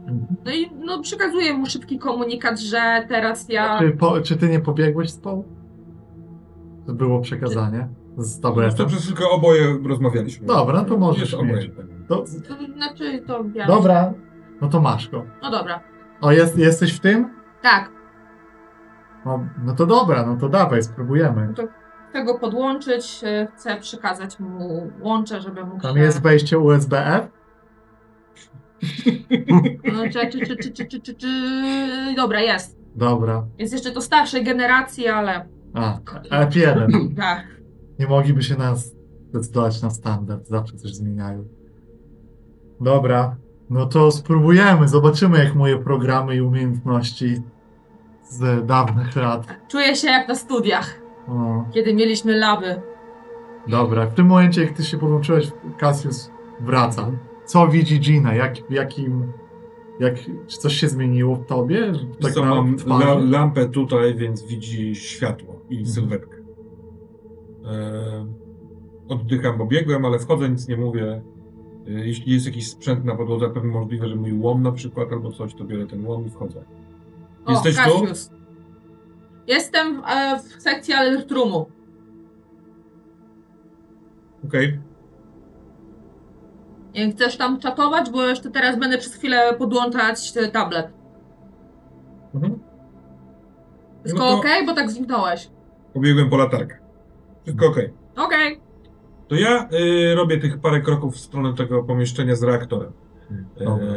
Mhm.
No i no, przekazuję mu szybki komunikat, że teraz ja.
Czy, po, czy ty nie pobiegłeś z Paul? To było przekazanie z
To
tabletem.
przez tylko oboje rozmawialiśmy.
Dobra, to możesz
Jest
mieć.
obojętne.
To,
To Znaczy to ja.
dobra, no to masz go.
No dobra.
O, jest, jesteś w tym?
Tak,
No, no to dobra, no to dawaj, spróbujemy.
chcę go podłączyć. e, Chcę przekazać mu łącze, żeby mógł.
Tam
się-
jest wejście USB-F.
No, czy, czy, czy, czy, czy, czy, czy, czy... Dobra, jest.
Dobra.
Jest jeszcze to starszej generacji, ale
A, F1.
tak.
Nie mogliby się nas zdecydować na standard, zawsze coś zmieniają. Dobra, no to spróbujemy, zobaczymy jak moje programy i umiejętności z dawnych lat.
Czuję się jak na studiach,
O,
kiedy mieliśmy laby.
dobra, w tym momencie jak ty się podłączyłeś, Cassius wraca. Co widzi Gina? Jak, jakim, jak, czy coś się zmieniło w tobie?
Tak
Tak
co,
na
mam
twarzy?
la, lampę tutaj, więc widzi światło i
Mhm.
sylwetkę. E, oddycham, bo biegłem, ale wchodzę, nic nie mówię. E, jeśli jest jakiś sprzęt na podłodze, pewnie możliwe, że mój łom na przykład albo coś, to biorę ten łom i wchodzę.
O,
Jesteś tu?
Kasius. Jestem w, e, w sekcji alertrumu.
Okej,
Nie Chcesz tam czatować, bo jeszcze teraz będę przez chwilę podłączać e, tablet.
Mhm.
Wszystko
No to-
okej? Bo tak zniknąłeś.
pobiegłem po latarkę. Wszystko okej.
Okej.
To ja y, robię tych parę kroków w stronę tego pomieszczenia z reaktorem.
Dobra.
E,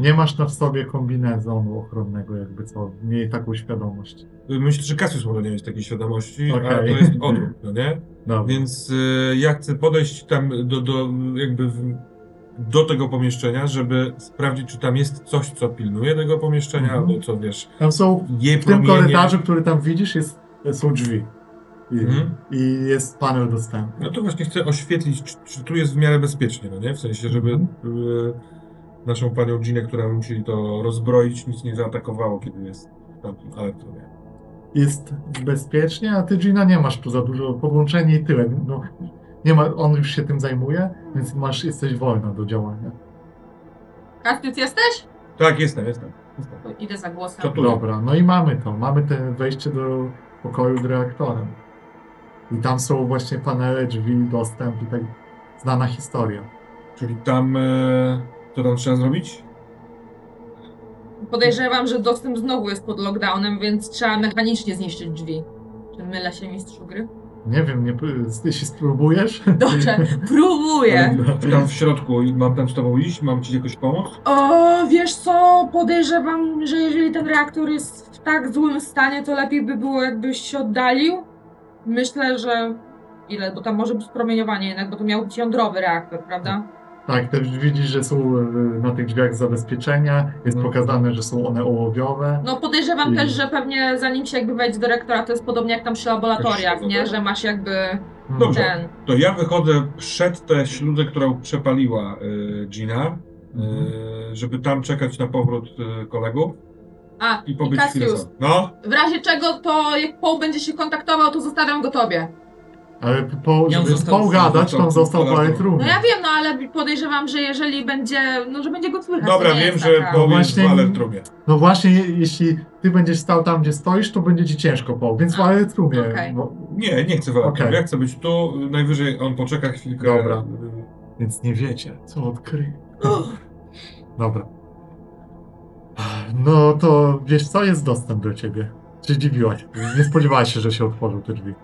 Nie masz na sobie kombinezonu ochronnego, jakby co, miej taką świadomość.
Myślę, że Kasius może nie mieć takiej świadomości,
Okej.
a to jest odruch, no nie?
Dobra.
Więc y, ja chcę podejść tam do, do jakby w, do tego pomieszczenia, żeby sprawdzić, czy tam jest coś, co pilnuje tego pomieszczenia,
Mhm.
albo co wiesz,
Tam są
je
W tym
promienie.
korytarzu, który tam widzisz, jest, są drzwi. I,
Mhm.
I jest panel dostępny.
No to właśnie chcę oświetlić, czy, czy tu jest w miarę bezpiecznie, no nie? W sensie, żeby y,
Mhm.
naszą panią Ginę, która musieli to rozbroić, nic nie zaatakowało, kiedy jest tam, ale to nie.
Jest bezpiecznie, a ty Gina nie masz tu za dużo podłączenia i tyle. No, nie ma, on już się tym zajmuje, więc masz, jesteś wolna do działania.
Kasius, jesteś?
Tak, jestem, jestem. jestem.
O, Idę za głosem.
Co tu?
Dobra, no i mamy to. Mamy te wejście do pokoju z reaktorem. I tam są właśnie panele, drzwi, dostęp i tak znana historia.
Czyli tam, e, co tam trzeba zrobić?
Podejrzewam, że dostęp znowu jest pod lockdownem, więc trzeba mechanicznie zniszczyć drzwi. Czy mylę się, mistrzu gry?
Nie wiem, nie, jeśli spróbujesz.
Dobrze, próbuję.
Tam w środku, i mam tam z tobą iść, mam ci jakoś pomóc?
O, wiesz co, podejrzewam, że jeżeli ten reaktor jest w tak złym stanie, to lepiej by było, jakbyś się oddalił. Myślę, że ile, bo tam może być promieniowanie jednak, bo to miał być jądrowy reaktor, prawda?
Tak, też widzisz, że są e, na tych drzwiach zabezpieczenia, jest
Mhm.
pokazane, że są one ołowiowe.
No podejrzewam
Mm.
I-
też, że pewnie zanim się jakby wejdzie do reaktora, to jest podobnie jak tam przy laboratoriach,
Też,
nie?
dobra.
Że masz jakby
Hmm.
Dobrze.
ten...
To ja wychodzę przed tę śluzę, którą przepaliła y, Gina, y,
Mhm.
żeby tam czekać na powrót y, kolegów
A,
i
i
pobyć chwilę
Cassius,
sam. No,
w razie czego to jak Paul będzie się kontaktował, to zostawiam go tobie.
Ale po,
Ja
żeby
on
z
został-
Paul gadać, to
został
on został
polarny.
parę trumny.
No ja wiem, no ale podejrzewam, że jeżeli będzie, no że będzie go słychać.
dobra,
to nie
wiem,
jest tak.
że
taka-
powiem
właśnie-
w alertrumie.
No właśnie, je- jeśli ty będziesz stał tam, gdzie stoisz, to będzie ci ciężko, Paul, więc
A,
parę trumnie.
okej.
Bo,
Nie, nie chcę w alertrumie,
Okej.
ja chcę być tu, y, najwyżej on poczeka chwilkę.
Dobra.
y,
więc nie wiecie, co odkryje. Dobra. No to wiesz co, jest dostęp do ciebie. Czy zdziwiłaś? Nie spodziewałaś się, że się otworzył te drzwi.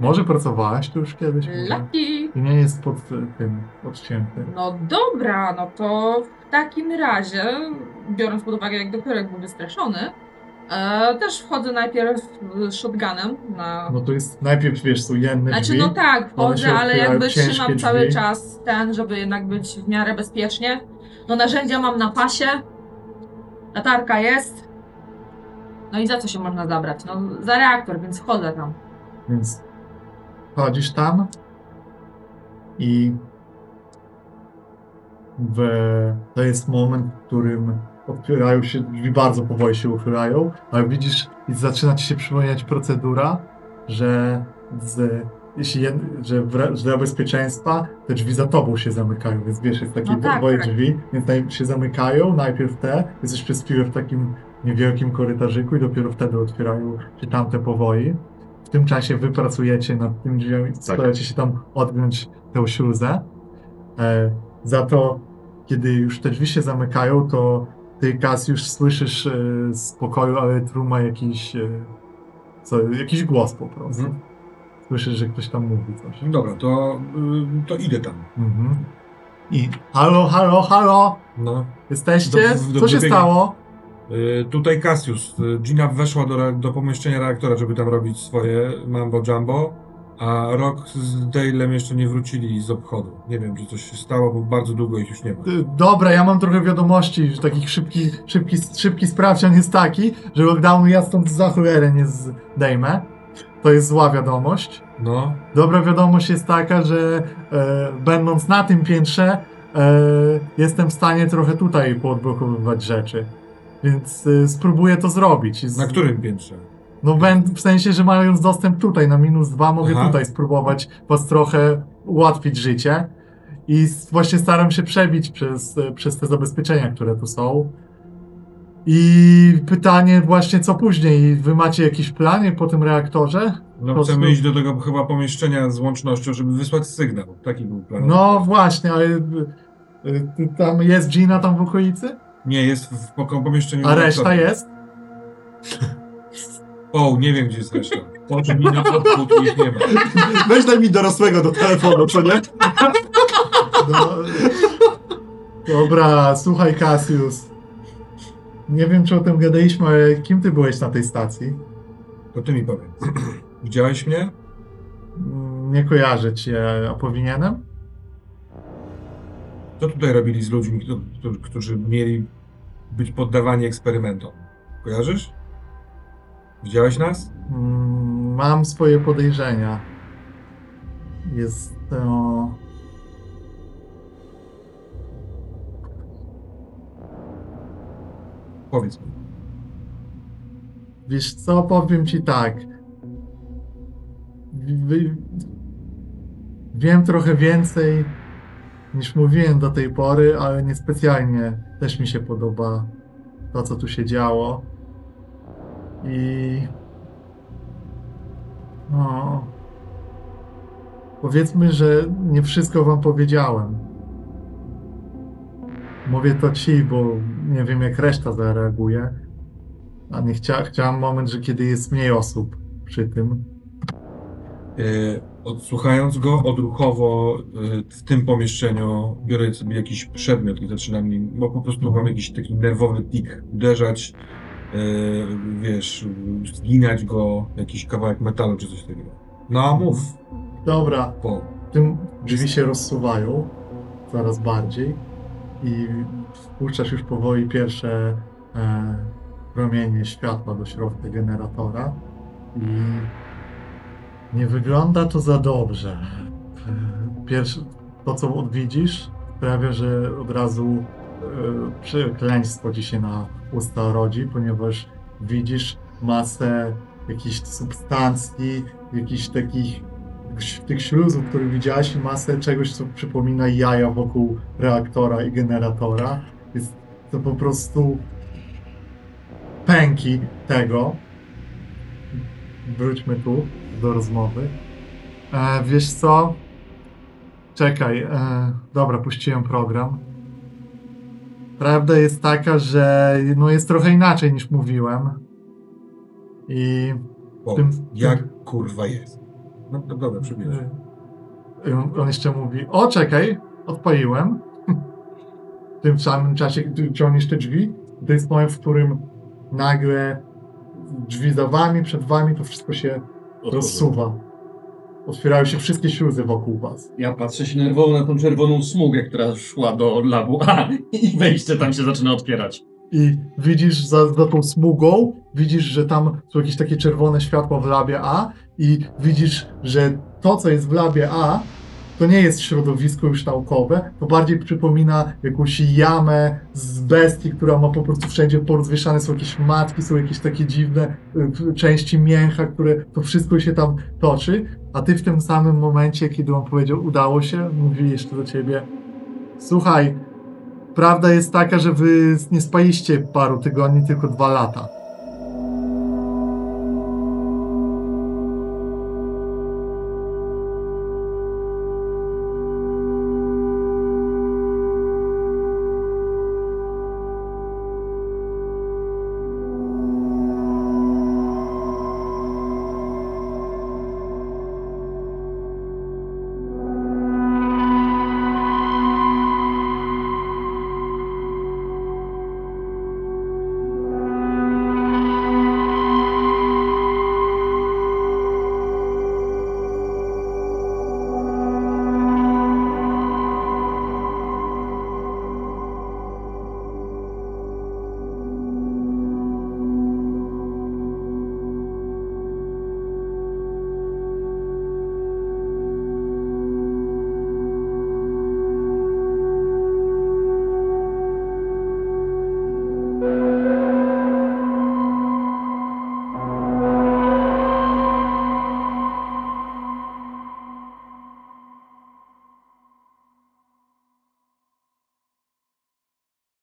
Może pracowałaś tu już kiedyś? może?
Lucky!
I nie jest pod y, tym odcięty.
No dobra, no to w takim razie, biorąc pod uwagę, jak dopiero jak był wystraszony, e, też wchodzę najpierw z shotgunem na...
No to jest najpierw, wiesz, są jenne
Znaczy
drzwi.
no tak, wchodzę, ale
otwierają
jakby
ciężkie
trzymam cały
drzwi.
czas ten, żeby jednak być w miarę bezpiecznie. No narzędzia mam na pasie, latarka jest. No i za co się można zabrać? No za reaktor, więc wchodzę tam.
Więc wchodzisz tam i w, to jest moment, w którym otwierają się drzwi, bardzo powoli się uchylają, ale widzisz i zaczyna ci się przypominać procedura, że, z, jeśli jed, że, w, ra- że dla bezpieczeństwa te drzwi za tobą się zamykają, więc wiesz, jest takie
No tak,
dwoje
tak.
drzwi, więc naj, się zamykają, najpierw te, jesteś przez chwilę w takim niewielkim korytarzyku i dopiero wtedy otwierają się tamte powoli. W tym czasie wy pracujecie nad tym drzwiami,
Tak.
staracie się tam odgiąć tę śluzę. E, za to, kiedy już te drzwi się zamykają, to ty, Kas, już słyszysz e, z pokoju, ale truma jakiś, e, co, jakiś głos po prostu.
Mhm.
Słyszysz, że ktoś tam mówi coś.
Dobra, to, y, to idę tam.
Mhm. I halo, halo, halo!
No.
Jesteście?
Do- do
Co się
wybiegania.
stało?
Y, tutaj Cassius. Y, Gina weszła do, re- do pomieszczenia reaktora, żeby tam robić swoje mambo jumbo, a Rock z Dale'em jeszcze nie wrócili z obchodu. Nie wiem, czy coś się stało, bo bardzo długo ich już nie ma.
Y, Dobra, ja mam trochę wiadomości, że takich szybki, szybki, szybki sprawdzian jest taki, że lockdownu ja stąd za cholerę nie zdejmę. To jest zła wiadomość.
No,
Dobra wiadomość jest taka, że e, będąc na tym piętrze, e, jestem w stanie trochę tutaj poodblokowywać rzeczy. Więc e, spróbuję to zrobić. I Z,
na którym piętrze?
No będę, w sensie, że mając dostęp tutaj na minus dwa, mogę
Aha.
tutaj spróbować was trochę ułatwić życie. I s- właśnie staram się przebić przez, e, przez te zabezpieczenia, które tu są. I pytanie właśnie, co później? Wy macie jakiś plan po tym reaktorze?
No,
prostu-
chcemy iść do tego chyba pomieszczenia z łącznością, żeby wysłać sygnał. Taki był plan.
No właśnie, ale y, y, tam jest Gina tam w okolicy?
Nie, jest w poko- pomieszczeniu.
A
reaktora.
reszta jest?
O, nie wiem, gdzie jest reszta. Po czym mi na odwrót ich nie ma.
Weź daj mi dorosłego do telefonu, co nie?
No, dobra, słuchaj Cassius. Nie wiem, czy o tym gadaliśmy, ale kim ty byłeś na tej stacji?
To ty mi powiedz. Widziałeś mnie?
Mm, Nie kojarzę e, cię, a powinienem?
Co tutaj robili z ludźmi, kto- którzy- którzy mieli być poddawani eksperymentom? Kojarzysz? Widziałeś nas?
Mm, Mam swoje podejrzenia. Jest to...
Powiedz mi.
Wiesz co, powiem ci tak. Wy... Wiem trochę więcej niż mówiłem do tej pory, ale niespecjalnie też mi się podoba to, co tu się działo. I. No. Powiedzmy, że nie wszystko wam powiedziałem. Mówię to ci, bo nie wiem, jak reszta zareaguje. A nie chcia, chciałem moment, że kiedy jest mniej osób przy tym.
Yy, odsłuchając go odruchowo yy, w tym pomieszczeniu, biorę sobie jakiś przedmiot i zaczynam nim, bo po prostu mam jakiś taki nerwowy tik, uderzać, yy, wiesz, yy, zginać go, jakiś kawałek metalu czy coś takiego. No a mów,
Dobra,
po.
tym drzwi się rozsuwają coraz bardziej i wpuszczasz już powoli pierwsze e, promienie światła do środka generatora i nie wygląda to za dobrze. E, Pierwsze, to, co odwidzisz, sprawia, że od razu e, przekleństwo ci się na usta rodzi, ponieważ widzisz masę jakichś substancji, jakichś takich ś- tych śluzów, które widziałaś, i masę czegoś, co przypomina jaja wokół reaktora i generatora. Jest to po prostu pęki tego. Wróćmy tu do rozmowy. E, wiesz co? Czekaj, e, dobra, puściłem program. Prawda jest taka, że no jest trochę inaczej niż mówiłem. I
po.
Tym-
Jak kurwa jest? No, no dobra, przebijesz.
Y, On jeszcze mówi, o czekaj, odpaliłem. W tym samym czasie, gdy ciągniesz te drzwi, to jest moment, w którym nagle drzwi za wami, przed wami, to wszystko się rozsuwa. Otwierają się wszystkie śluzy wokół was.
Ja patrzę się nerwowo na tą czerwoną smugę, która szła do labu. A, i wejście tam się zaczyna otwierać.
I widzisz za, za tą smugą, widzisz, że tam są jakieś takie czerwone światła w labie A i widzisz, że to, co jest w labie A, to nie jest środowisko już naukowe, to bardziej przypomina jakąś jamę z bestii, która ma po prostu wszędzie porozwieszane są jakieś matki, są jakieś takie dziwne y, części mięcha, które to wszystko się tam toczy, a ty w tym samym momencie, kiedy on powiedział udało się, mówi jeszcze do ciebie słuchaj, prawda jest taka, że wy nie spaliście paru tygodni, tylko dwa lata.